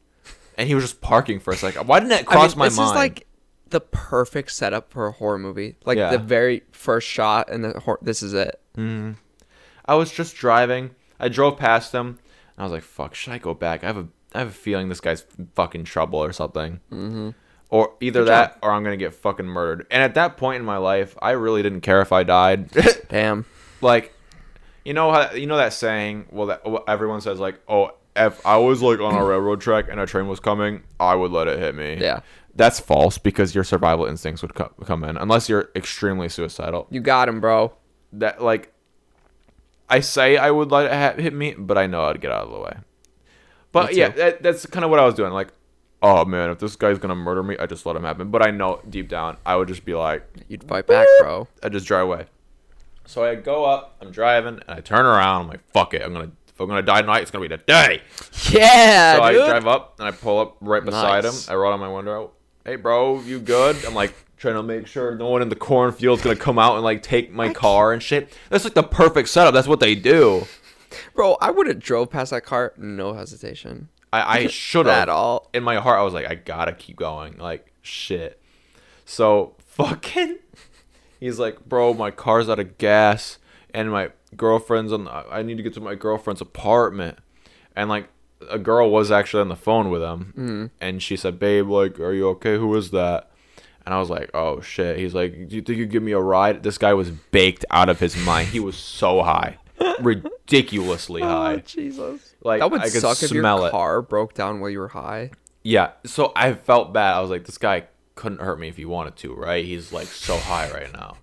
Speaker 1: and he was just parking for a second. Why didn't that
Speaker 2: I mean,
Speaker 1: cross my
Speaker 2: this
Speaker 1: mind?
Speaker 2: is like the perfect setup for a horror movie. Like
Speaker 1: Yeah.
Speaker 2: the very first shot, and the hor- this is it.
Speaker 1: I was just driving. I drove past him, and I was like, "Fuck, should I go back? I have a, I have a feeling this guy's fucking trouble or something." Mm-hmm. Or either that, or I'm gonna get fucking murdered. And at that point in my life, I really didn't care if I died. [LAUGHS]
Speaker 2: Damn.
Speaker 1: like, you know how you know that saying? Well, that well, everyone says like, "Oh, if I was like on a railroad track and a train was coming, I would let it hit me."
Speaker 2: Yeah.
Speaker 1: that's false because your survival instincts would co- come in unless you're extremely suicidal
Speaker 2: You got him, bro.
Speaker 1: that like I say I would let it ha- hit me, but I know I'd get out of the way. But
Speaker 2: Me
Speaker 1: yeah,
Speaker 2: too.
Speaker 1: that, that's kind of what I was doing. Like, oh man, if this guy's gonna murder me, I just let him happen. But I know deep down, I would just be like,
Speaker 2: You'd fight back,
Speaker 1: [LAUGHS]
Speaker 2: bro.
Speaker 1: I just drive away. So I go up, I'm driving, and I turn around. I'm like, fuck it, I'm gonna if I'm gonna die tonight, it's gonna be today.
Speaker 2: Yeah,
Speaker 1: So I
Speaker 2: dude.
Speaker 1: drive up and I pull up right beside
Speaker 2: Nice.
Speaker 1: him. I roll down my window. Hey, bro, you good? I'm like trying to make sure no one in the cornfield's gonna come out and like take my car and shit. That's like the perfect setup. That's what they do.
Speaker 2: bro. I would have drove past that car, no hesitation.
Speaker 1: I, I should have.
Speaker 2: At all.
Speaker 1: In my heart, I was like, I gotta keep going. Like, shit. So, [LAUGHS] fucking. He's like, bro, my car's out of gas, and my girlfriend's on. I need to get to my girlfriend's apartment, and like, a girl was actually on the phone with him,
Speaker 2: Mm.
Speaker 1: and she said, babe, like, are you okay? Who is that? And I was like, oh shit. He's like, do you think you give me a ride? This guy was baked out of his mind. He was so
Speaker 2: [LAUGHS]
Speaker 1: high, ridiculously
Speaker 2: Oh,
Speaker 1: high.
Speaker 2: Jesus.
Speaker 1: Like,
Speaker 2: That would
Speaker 1: I could
Speaker 2: suck if
Speaker 1: smell
Speaker 2: your
Speaker 1: it.
Speaker 2: car broke down while you were high.
Speaker 1: Yeah, so I felt bad. I was like, this guy couldn't hurt me if he wanted to, right? He's like so high right now.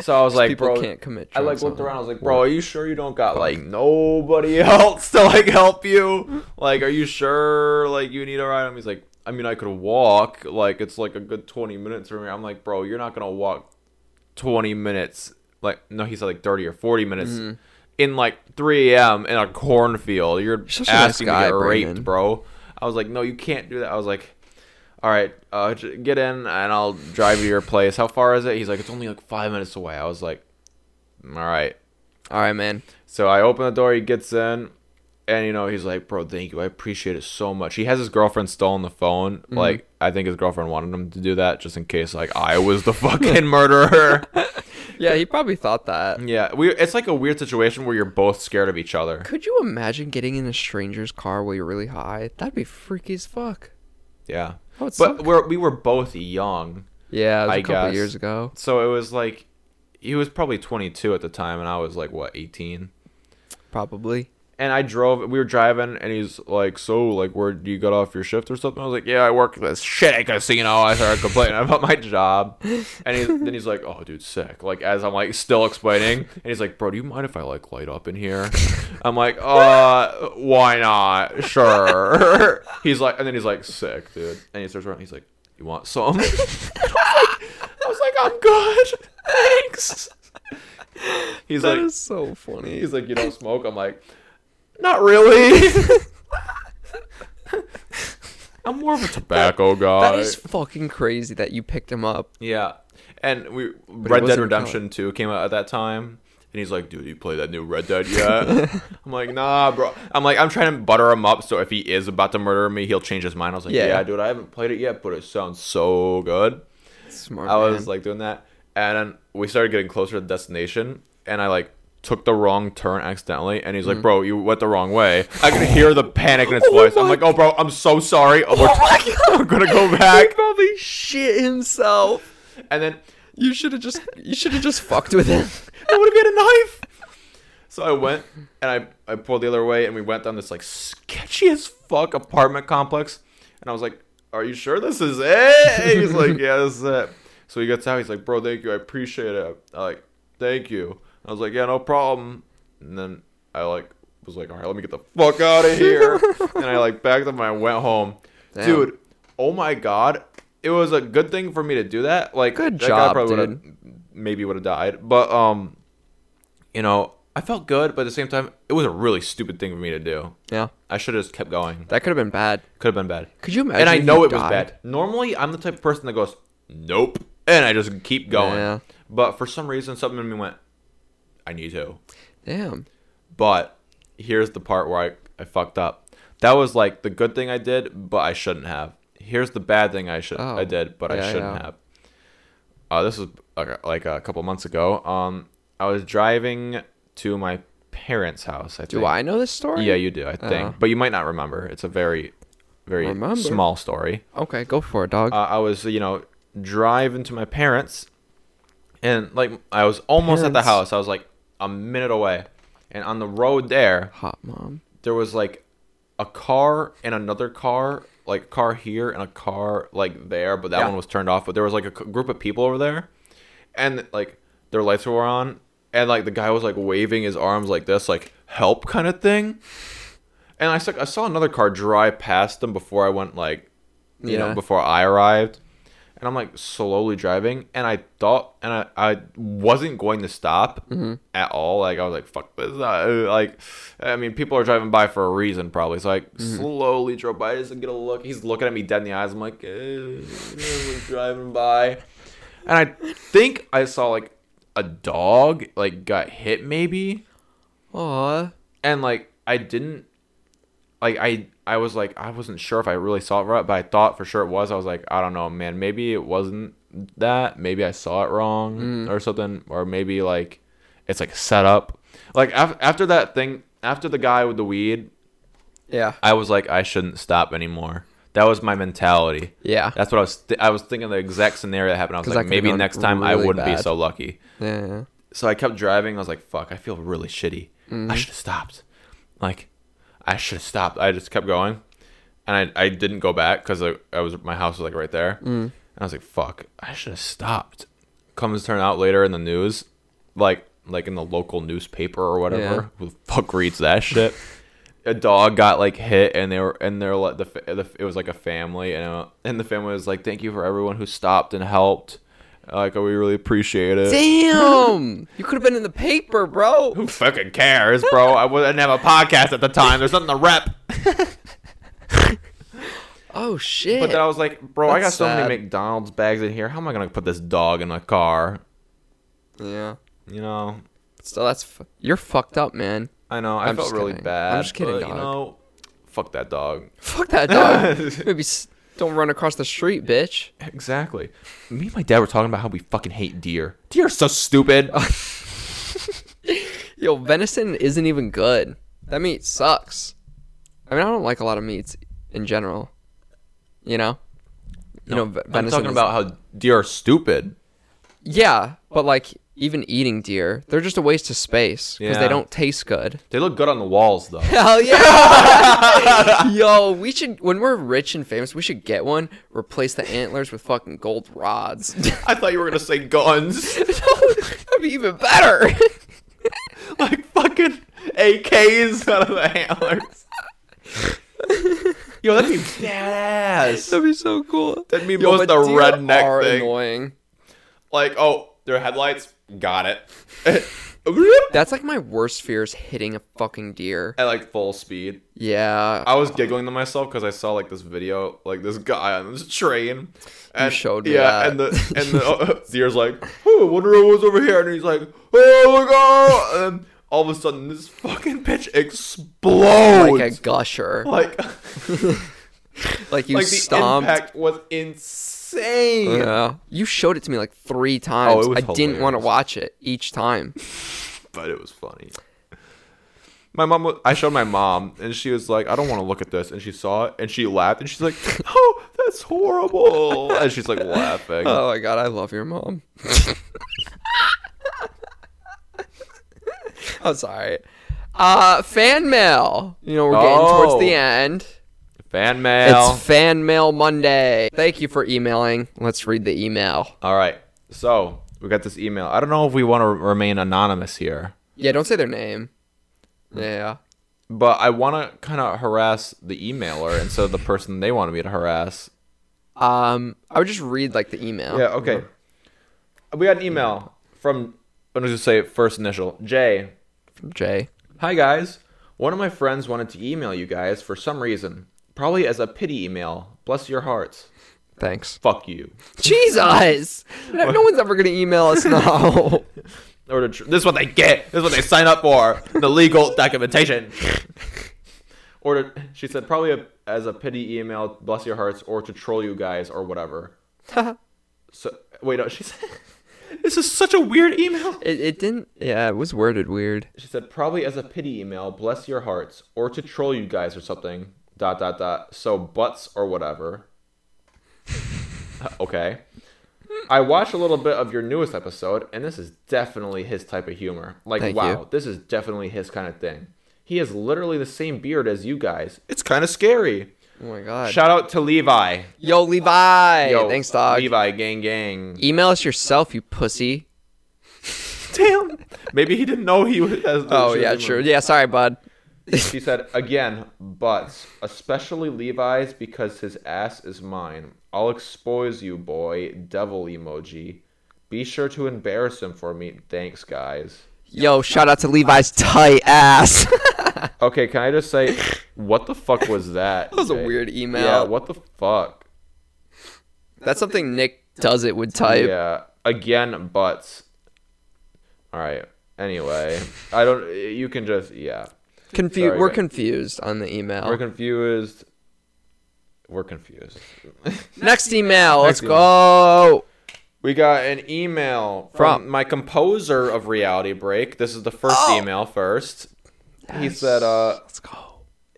Speaker 1: So I was like,
Speaker 2: people
Speaker 1: bro,
Speaker 2: can't commit
Speaker 1: I like
Speaker 2: drugs
Speaker 1: looked
Speaker 2: on
Speaker 1: around. I was like, bro, are you sure you don't got like nobody [LAUGHS] else to like help you? Like, are you sure like you need a ride? And he's like, I mean, I could walk. Like, it's like a good twenty minutes from here. I'm like, bro, you're not gonna walk twenty minutes. Like, no, he said like thirty or forty minutes.
Speaker 2: Mm-hmm.
Speaker 1: In like 3 a.m. in a cornfield, you're
Speaker 2: such a nice
Speaker 1: asking
Speaker 2: guy,
Speaker 1: to get
Speaker 2: Brandon.
Speaker 1: raped, bro. I was like, no, you can't do that. I was like, all right, uh, j- get in and I'll drive you to your place. How far is it? He's like, it's only like five minutes away. I was like, all right.
Speaker 2: All right, man.
Speaker 1: So I open the door. He gets in, and you know he's like, "Bro, thank you. I appreciate it so much." He has his girlfriend still on the phone.
Speaker 2: Mm-hmm.
Speaker 1: Like I think his girlfriend wanted him to do that just in case, like I was the [LAUGHS] fucking
Speaker 2: [LAUGHS]
Speaker 1: murderer. [LAUGHS]
Speaker 2: Yeah, he probably thought that.
Speaker 1: yeah, we. It's like a weird situation where you're both scared of each other.
Speaker 2: Could you imagine getting in a stranger's car while you're really high? That'd be freaky as fuck.
Speaker 1: Yeah,
Speaker 2: That would
Speaker 1: but
Speaker 2: suck.
Speaker 1: we're, we were both young,
Speaker 2: Yeah, it was a
Speaker 1: I
Speaker 2: couple
Speaker 1: guess.
Speaker 2: years ago.
Speaker 1: so it was like he was probably 22 at the time, and I was like what 18.
Speaker 2: Probably.
Speaker 1: and I drove. We were driving, and he's like, "So, like, where do you got off your shift or something?" I was like, "Yeah, I work at this shitty casino." I started complaining about my job, and he, then he's like, "Oh, dude, sick!" Like as I'm like still explaining, and he's like, "Bro, do you mind if I like light up in here?" I'm like, "Uh, why not? Sure." [LAUGHS] he's like, and then he's like, "Sick, dude," and he starts running. He's like, "You want some?" [LAUGHS] I was like, I was like, "I'm good, thanks." He's
Speaker 2: That
Speaker 1: like,
Speaker 2: is so funny.
Speaker 1: He's like, you don't smoke. I'm like, not really. [LAUGHS] I'm more of a tobacco guy.
Speaker 2: That is fucking crazy that you picked him up.
Speaker 1: yeah, and we Red Dead
Speaker 2: wasn't
Speaker 1: Redemption Two came out at that time, and he's like, dude, you play that new Red Dead yet? [LAUGHS] I'm like, nah, bro. I'm like, I'm trying to butter him up so if he is about to murder me, he'll change his mind. I was like,
Speaker 2: Yeah.
Speaker 1: yeah, dude, I haven't played it yet, but it sounds so good.
Speaker 2: Smart.
Speaker 1: I was
Speaker 2: man.
Speaker 1: like doing that, and then we started getting closer to the destination, and I like took the wrong turn accidentally, and he's
Speaker 2: Mm-hmm.
Speaker 1: like, "Bro, you went the wrong way." I could hear the panic
Speaker 2: [LAUGHS]
Speaker 1: in his voice. I'm
Speaker 2: my
Speaker 1: like, "Oh, bro, I'm so sorry. Oh, we're, [LAUGHS] we're gonna go
Speaker 2: [LAUGHS] He
Speaker 1: back."
Speaker 2: probably shit himself.
Speaker 1: And then
Speaker 2: You should have just you should [LAUGHS] have just fucked with him.
Speaker 1: I would have had a knife. So I went and I, I pulled the other way and we went down this like sketchy as fuck apartment complex. And I was like, Are you sure this is it? [LAUGHS] And he's like, Yeah, this is it. So he gets out, he's like, Bro, thank you, I appreciate it. I like, thank you. I was like, Yeah, no problem. And then I like was like, Alright, let me get the fuck out of [LAUGHS] here. and I like backed up and I went home.
Speaker 2: Damn.
Speaker 1: Dude, oh my god. It was a good thing for me to do that. Like
Speaker 2: Good
Speaker 1: that guy
Speaker 2: job,
Speaker 1: probably would've maybe would have died. But um, you know, I felt good, but at the same time, it was a really stupid thing for me to do.
Speaker 2: Yeah,
Speaker 1: I should have just kept going.
Speaker 2: that could have been bad.
Speaker 1: Could have been bad.
Speaker 2: Could you imagine?
Speaker 1: And I
Speaker 2: if
Speaker 1: know
Speaker 2: you
Speaker 1: it was
Speaker 2: died?
Speaker 1: bad. Normally, I'm the type of person that goes, "Nope," and I just keep going.
Speaker 2: Yeah.
Speaker 1: But for some reason, something in me went, "I need to."
Speaker 2: Damn.
Speaker 1: But here's the part where I, I fucked up. That was like the good thing I did, but I shouldn't have. Here's the bad thing I should
Speaker 2: Oh,
Speaker 1: I did, but I
Speaker 2: yeah,
Speaker 1: shouldn't
Speaker 2: yeah.
Speaker 1: have. Uh, this was like a, like a couple months ago. Um, I was driving to my parents' house. I
Speaker 2: Do
Speaker 1: think.
Speaker 2: I know this story?
Speaker 1: Yeah, you do. I think,
Speaker 2: Oh.
Speaker 1: but you might not remember. It's a very, very
Speaker 2: Remember.
Speaker 1: small story.
Speaker 2: Okay, go for it, dog.
Speaker 1: Uh, I was you know driving to my parents, and like I was almost at the
Speaker 2: Parents.
Speaker 1: house. I was like a minute away, and on the road there,
Speaker 2: Hot mom.
Speaker 1: there was like a car and another car, like a car here and a car like there, but that
Speaker 2: Yeah.
Speaker 1: one was turned off. But there was like a c- group of people over there, and like their lights were on, and like the guy was like waving his arms like this, like help kind of thing. And I saw, I saw another car drive past them before I went like, you know,
Speaker 2: Yeah.
Speaker 1: before I arrived. And I'm like slowly driving, and I thought, and I, I wasn't going to stop at all. Like I was like, "Fuck this!" Uh, like, I mean, people are driving by for a reason, probably. So I slowly drove by just to get a look. He's looking at me dead in the eyes. I'm like, eh, we're driving by, and I think I saw like a dog like got hit maybe
Speaker 2: Aw.
Speaker 1: and like I didn't like I I was like I wasn't sure if I really saw it right, but I thought for sure it was. I was like, I don't know, man, maybe it wasn't that. Maybe I saw it wrong
Speaker 2: Mm.
Speaker 1: or something, or maybe like it's like set up. Like af- after that thing, after the guy with the weed,
Speaker 2: Yeah.
Speaker 1: I was like, I shouldn't stop anymore. That was my mentality.
Speaker 2: Yeah.
Speaker 1: That's what I was. Th- I was thinking the exact scenario that happened. I was
Speaker 2: 'Cause that
Speaker 1: like,
Speaker 2: could've
Speaker 1: maybe
Speaker 2: gone
Speaker 1: next time I
Speaker 2: really
Speaker 1: wouldn't be
Speaker 2: bad.
Speaker 1: so lucky
Speaker 2: yeah. yeah.
Speaker 1: so I kept driving. I was like, fuck, I feel really shitty. I should have stopped. Like, I should have stopped. I just kept going. And I, I didn't go back because I, I was my house was like right there. And I was like, fuck, I should have stopped. Comes to turn out later in the news, like like in the local newspaper or whatever. Who the fuck reads that shit? a dog got like hit and they were and they're like the, fa- the it was like a family and uh, and the family was like thank you for everyone who stopped and helped like we really appreciate it
Speaker 2: Damn. [LAUGHS] you could have been in the paper, bro.
Speaker 1: who fucking cares, bro? I wouldn't have a podcast at the time. There's nothing to rep.
Speaker 2: Oh shit.
Speaker 1: But then I was like, bro, I got
Speaker 2: That's
Speaker 1: so
Speaker 2: sad.
Speaker 1: many McDonald's bags in here. How am I gonna put this dog in the car?
Speaker 2: yeah.
Speaker 1: You know,
Speaker 2: So that's f- you're fucked up, man.
Speaker 1: I know. I
Speaker 2: I'm
Speaker 1: felt
Speaker 2: just
Speaker 1: really
Speaker 2: kidding.
Speaker 1: bad.
Speaker 2: I'm just kidding,
Speaker 1: but, You
Speaker 2: dog.
Speaker 1: know, fuck that dog.
Speaker 2: Fuck that
Speaker 1: [LAUGHS]
Speaker 2: dog. Maybe s- don't run across the street, bitch.
Speaker 1: Exactly. Me and my dad were talking about how we fucking hate deer. Deer are so
Speaker 2: [LAUGHS]
Speaker 1: stupid.
Speaker 2: Yo, venison isn't even good. That meat sucks. I mean, I don't like a lot of meats in general. You know. You know, ve-
Speaker 1: I'm
Speaker 2: venison.
Speaker 1: talking
Speaker 2: is-
Speaker 1: about how deer are stupid.
Speaker 2: Yeah, but like even eating deer, they're just a waste of space because
Speaker 1: Yeah.
Speaker 2: they don't
Speaker 1: [LAUGHS]
Speaker 2: taste good.
Speaker 1: They look good on the walls
Speaker 2: [LAUGHS]
Speaker 1: though.
Speaker 2: Hell yeah! [LAUGHS] Yo, we should when we're rich and famous, we should get one. Replace the antlers with fucking gold rods. [LAUGHS] That'd
Speaker 1: I thought you were gonna say guns,
Speaker 2: be even better. [LAUGHS]
Speaker 1: like fucking AKs out of the antlers. Yo, that'd be badass.
Speaker 2: That'd be so cool.
Speaker 1: That'd be
Speaker 2: Yo,
Speaker 1: most
Speaker 2: but
Speaker 1: the
Speaker 2: deer
Speaker 1: redneck
Speaker 2: are
Speaker 1: thing.
Speaker 2: Annoying.
Speaker 1: Like, oh, their headlights, got it. [LAUGHS]
Speaker 2: That's like my worst fear is hitting a fucking deer.
Speaker 1: At like full speed.
Speaker 2: Yeah.
Speaker 1: I was giggling to myself because I saw like this video, like this guy on this train. And,
Speaker 2: showed me
Speaker 1: Yeah,
Speaker 2: that.
Speaker 1: and the and the uh, [LAUGHS] deer's like, oh, I wonder what's over here, and he's like, oh my god! And then all of a sudden, this fucking bitch explodes.
Speaker 2: like a
Speaker 1: [LAUGHS]
Speaker 2: gusher.
Speaker 1: like,
Speaker 2: Like you
Speaker 1: like the
Speaker 2: stomped.
Speaker 1: impact was insane.
Speaker 2: yeah. You showed it to me like three times.
Speaker 1: Oh, it was
Speaker 2: I didn't want to
Speaker 1: hilarious.
Speaker 2: watch it each
Speaker 1: [LAUGHS]
Speaker 2: time.
Speaker 1: but it was funny. My mom, wa- I showed my mom, and she was like, "I don't want to look at this." And she saw it, and she laughed, and she's like, [LAUGHS] "Oh, that's horrible!" And she's like laughing.
Speaker 2: Oh my god, I love your mom. [LAUGHS] I'm sorry. Uh, fan mail. You know, we're getting
Speaker 1: Oh.
Speaker 2: towards the end.
Speaker 1: Fan mail.
Speaker 2: It's Fan Mail Monday. Thank you for emailing. Let's read the email.
Speaker 1: All right, so we got this email. I don't know if we want to remain anonymous here,
Speaker 2: Yeah, don't say their name. Yeah.
Speaker 1: but I want to kind of harass the emailer instead of the person they wanted me to harass.
Speaker 2: Um, I would just read like the email.
Speaker 1: Yeah. Okay. We got an email. from I'm just gonna say first initial J.
Speaker 2: from Jay.
Speaker 1: Hi guys, one of my friends wanted to email you guys for some reason, probably as a pity email. Bless your hearts.
Speaker 2: Thanks.
Speaker 1: Fuck you.
Speaker 2: [LAUGHS] Jesus! No no one's ever gonna email us [LAUGHS] now.
Speaker 1: Or to tr- this is what they get. This is what they sign up for. The legal documentation. [LAUGHS] or to, she said probably a, as a pity email, bless your hearts, or to troll you guys or whatever. So wait, no, she said [LAUGHS] this is such a weird email.
Speaker 2: It, it didn't. Yeah, it was worded weird.
Speaker 1: She said, probably as a pity email, bless your hearts, or to troll you guys or something. Dot dot dot. So butts or whatever. [LAUGHS] Uh, okay. I watched a little bit of your newest episode, and this is definitely his type of humor. Like,
Speaker 2: Thank
Speaker 1: wow,
Speaker 2: you.
Speaker 1: this is definitely his kind of thing. He has literally the same beard as you guys. It's kind of scary.
Speaker 2: Oh my god.
Speaker 1: Shout out to Levi.
Speaker 2: Yo, Levi.
Speaker 1: Yo,
Speaker 2: Thanks, dog.
Speaker 1: Levi, gang,
Speaker 2: [LAUGHS]
Speaker 1: gang.
Speaker 2: Email us yourself, you pussy.
Speaker 1: Damn. Maybe he didn't know he was. has the
Speaker 2: Oh yeah,
Speaker 1: humor.
Speaker 2: true. Yeah, sorry, bud.
Speaker 1: She said, again, butts, especially Levi's because his ass is mine. I'll expose you, boy. Devil emoji. Be sure to embarrass him for me. Thanks, guys.
Speaker 2: Yo, shout out to Levi's tight ass. [LAUGHS] that
Speaker 1: Okay, can I just
Speaker 2: [LAUGHS]
Speaker 1: say, what the fuck was that? That
Speaker 2: was a weird email.
Speaker 1: Yeah, what the fuck?
Speaker 2: That's something Nick does it would type.
Speaker 1: Yeah, again, butts. All right. Anyway, I don't. You can just yeah.
Speaker 2: Confu-
Speaker 1: Sorry,
Speaker 2: we're
Speaker 1: guys.
Speaker 2: confused on the email.
Speaker 1: We're confused. We're confused. [LAUGHS]
Speaker 2: Next email.
Speaker 1: Next
Speaker 2: Let's go.
Speaker 1: We got an email from,
Speaker 2: From- Oh.
Speaker 1: my composer of Reality Break. This is the first email first. He said, uh,
Speaker 2: Let's go.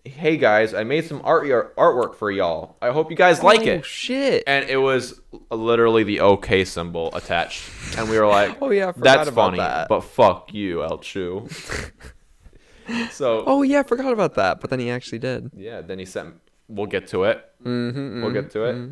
Speaker 1: "Hey guys, I made some art artwork for y'all. I hope you guys like
Speaker 2: Oh
Speaker 1: it."
Speaker 2: shit.
Speaker 1: And it was literally the OK symbol attached, and we were like,
Speaker 2: [LAUGHS] Oh, yeah, I forgot
Speaker 1: that's
Speaker 2: about
Speaker 1: funny,
Speaker 2: that."
Speaker 1: but fuck you, El
Speaker 2: [LAUGHS]
Speaker 1: Chu." so
Speaker 2: Oh yeah, I forgot about that. But then he actually did.
Speaker 1: yeah, then he sent. We'll get to it. Mm-hmm, we'll get to it.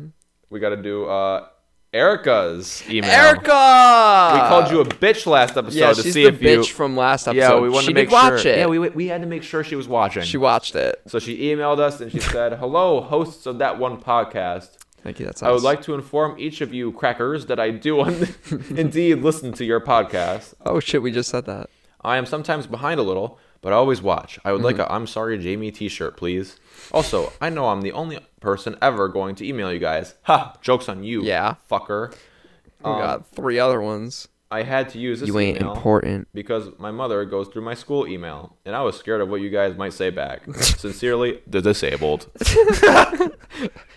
Speaker 1: We got to do uh, Erica's email.
Speaker 2: Erica.
Speaker 1: We called you a bitch last episode
Speaker 2: Uh, Yeah,
Speaker 1: to
Speaker 2: she's
Speaker 1: see
Speaker 2: the
Speaker 1: if you.
Speaker 2: bitch from last episode.
Speaker 1: yeah, we wanted
Speaker 2: she
Speaker 1: to make
Speaker 2: did watch
Speaker 1: sure.
Speaker 2: it.
Speaker 1: Yeah, we, we had to make sure she was watching.
Speaker 2: she watched it.
Speaker 1: so she emailed us and she said, "Hello, hosts of that one podcast.
Speaker 2: Thank you. That's
Speaker 1: I would like to inform each of you crackers that I do un-
Speaker 2: [LAUGHS]
Speaker 1: indeed listen to your podcast.
Speaker 2: Oh shit, we just said that.
Speaker 1: I am sometimes behind a little, but I always watch. I would like
Speaker 2: Mm-hmm.
Speaker 1: a I'm sorry Jamie t-shirt, please. Also, I know I'm the only person ever going to email you guys. Ha, jokes on you.
Speaker 2: Yeah.
Speaker 1: Fucker.
Speaker 2: We got three other ones.
Speaker 1: I had to use this
Speaker 2: You ain't
Speaker 1: Um, email
Speaker 2: important.
Speaker 1: because my mother goes through my school email, and I was scared of what you guys might say
Speaker 2: [LAUGHS]
Speaker 1: back. Sincerely, the disabled.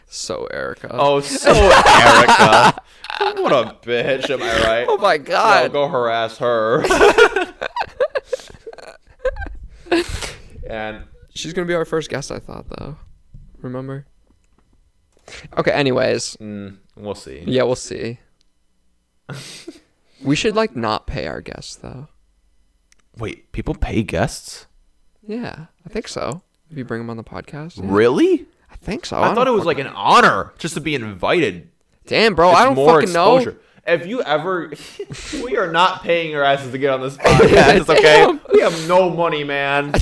Speaker 2: So Erica.
Speaker 1: Oh, so Erica, [LAUGHS] what a bitch, am I right?
Speaker 2: Oh my
Speaker 1: Yo,
Speaker 2: god.
Speaker 1: go harass
Speaker 2: [LAUGHS]
Speaker 1: her. and
Speaker 2: She's gonna be our first guest, I thought though. Remember? Okay, anyways.
Speaker 1: mm, we'll see.
Speaker 2: Yeah, we'll [LAUGHS] see. we should like not pay our guests though.
Speaker 1: Wait, people pay guests?
Speaker 2: Yeah, I think so. If you bring them on the podcast. yeah.
Speaker 1: Really?
Speaker 2: I think so.
Speaker 1: I thought it
Speaker 2: don't
Speaker 1: was
Speaker 2: fuck-
Speaker 1: like an honor just to be invited.
Speaker 2: Damn bro, I don't
Speaker 1: more
Speaker 2: fucking
Speaker 1: exposure.
Speaker 2: know.
Speaker 1: If you
Speaker 2: [LAUGHS]
Speaker 1: ever, we are not paying your asses to get on this podcast. okay,
Speaker 2: Damn.
Speaker 1: we have no money,
Speaker 2: [LAUGHS]
Speaker 1: man.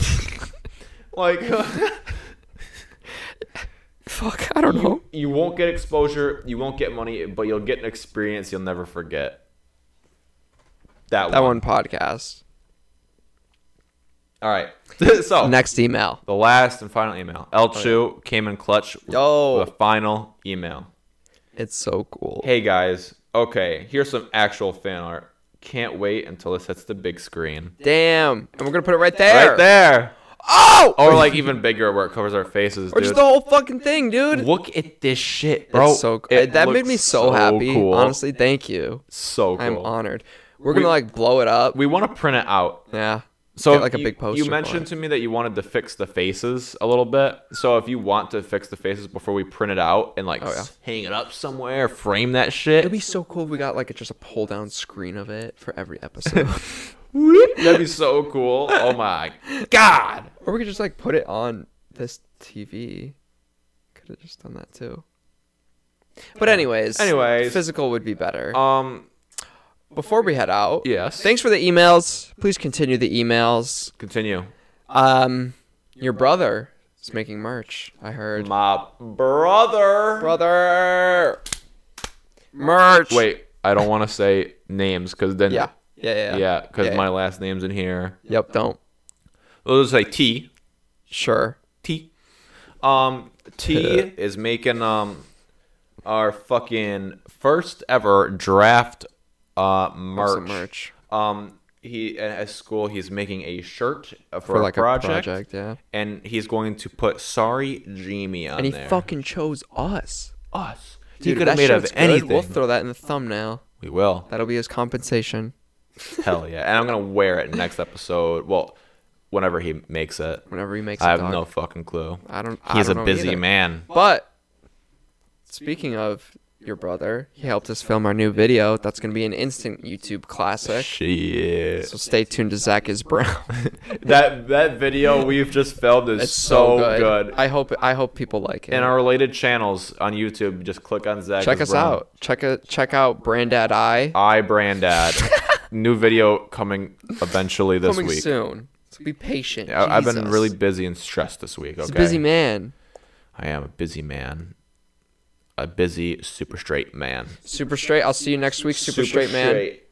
Speaker 1: like, [LAUGHS]
Speaker 2: Fuck, I don't know.
Speaker 1: you won't get exposure, you won't get money, but you'll get an experience you'll never forget. That,
Speaker 2: That
Speaker 1: one.
Speaker 2: one podcast.
Speaker 1: All right. [LAUGHS] so
Speaker 2: Next email.
Speaker 1: the last and final email. El Chu came in clutch.
Speaker 2: Yo.
Speaker 1: with a final email.
Speaker 2: It's so cool.
Speaker 1: Hey guys, okay, here's some actual fan art. Can't wait until this hits the big screen.
Speaker 2: Damn. And we're gonna put it right there.
Speaker 1: Right there.
Speaker 2: Oh!
Speaker 1: Or like even bigger where it covers our faces,
Speaker 2: Or
Speaker 1: dude.
Speaker 2: just the whole fucking thing, dude.
Speaker 1: Look at this shit, bro.
Speaker 2: It's so
Speaker 1: It
Speaker 2: that made
Speaker 1: looks
Speaker 2: me so, happy.
Speaker 1: cool.
Speaker 2: Honestly, thank you.
Speaker 1: so cool.
Speaker 2: I'm honored. We're gonna like blow it up.
Speaker 1: We want to print it out.
Speaker 2: yeah.
Speaker 1: So
Speaker 2: Get, like a
Speaker 1: you-
Speaker 2: big poster.
Speaker 1: You
Speaker 2: for
Speaker 1: mentioned
Speaker 2: it.
Speaker 1: to me that you wanted to fix the faces a little bit. So if you want to fix the faces before we print it out and like
Speaker 2: Oh, yeah.
Speaker 1: s- hang it up somewhere, frame that shit,
Speaker 2: It'd be so cool if we got like a, just a pull down screen of it for every
Speaker 1: [LAUGHS]
Speaker 2: episode. [LAUGHS]
Speaker 1: that'd be so cool. Oh my god!
Speaker 2: or we could just like put it on this TV. Could have just done that too. But anyways,
Speaker 1: Anyways.
Speaker 2: physical would be better.
Speaker 1: Um,
Speaker 2: Before we head out,
Speaker 1: Yes.
Speaker 2: Thanks for the emails. Please continue the emails.
Speaker 1: continue.
Speaker 2: Um, your brother is making merch. I heard.
Speaker 1: My brother.
Speaker 2: brother. Merch.
Speaker 1: Wait, I don't want to say names because then
Speaker 2: Yeah. Yeah, yeah.
Speaker 1: Yeah, because
Speaker 2: Yeah.
Speaker 1: my last name's in here.
Speaker 2: Yep, don't.
Speaker 1: We'll just say T.
Speaker 2: Sure.
Speaker 1: T. Um, T
Speaker 2: [LAUGHS]
Speaker 1: is making um our fucking first ever draft uh merch.
Speaker 2: Some merch.
Speaker 1: Um, he at school he's making a shirt uh, for,
Speaker 2: For
Speaker 1: a
Speaker 2: like a
Speaker 1: project,
Speaker 2: project, yeah.
Speaker 1: and he's going to put "Sorry, Jamie" on
Speaker 2: And he
Speaker 1: there.
Speaker 2: fucking chose us.
Speaker 1: us. he
Speaker 2: Dude,
Speaker 1: could have
Speaker 2: that
Speaker 1: made of
Speaker 2: shirt's good.
Speaker 1: anything.
Speaker 2: We'll throw that in the thumbnail.
Speaker 1: we will.
Speaker 2: That'll be his compensation.
Speaker 1: Hell yeah! And I'm gonna wear it next episode. Well, whenever he makes it.
Speaker 2: Whenever he makes a
Speaker 1: I have
Speaker 2: dog.
Speaker 1: no fucking clue.
Speaker 2: I don't- I
Speaker 1: He's
Speaker 2: don't
Speaker 1: a
Speaker 2: know
Speaker 1: busy
Speaker 2: either.
Speaker 1: man.
Speaker 2: But speaking of your brother, he helped us film our new video. That's gonna be an instant YouTube classic.
Speaker 1: Shit.
Speaker 2: So stay tuned to Zach is Brown. [LAUGHS]
Speaker 1: that that video we've just filmed is
Speaker 2: It's
Speaker 1: so, good.
Speaker 2: I hope I hope people like it.
Speaker 1: In our related channels on YouTube, just click on Zach.
Speaker 2: check
Speaker 1: is
Speaker 2: us
Speaker 1: Brown.
Speaker 2: out. Check a, check out Brandad I
Speaker 1: I
Speaker 2: [LAUGHS]
Speaker 1: Brandad. New video coming eventually this
Speaker 2: coming
Speaker 1: week.
Speaker 2: soon. So be patient.
Speaker 1: I, I've been
Speaker 2: Jesus.
Speaker 1: really busy and stressed this week. Okay.
Speaker 2: He's a busy man.
Speaker 1: I am a busy man. A busy, super straight man.
Speaker 2: Super straight. I'll see you next week, Super, straight man.
Speaker 1: straight.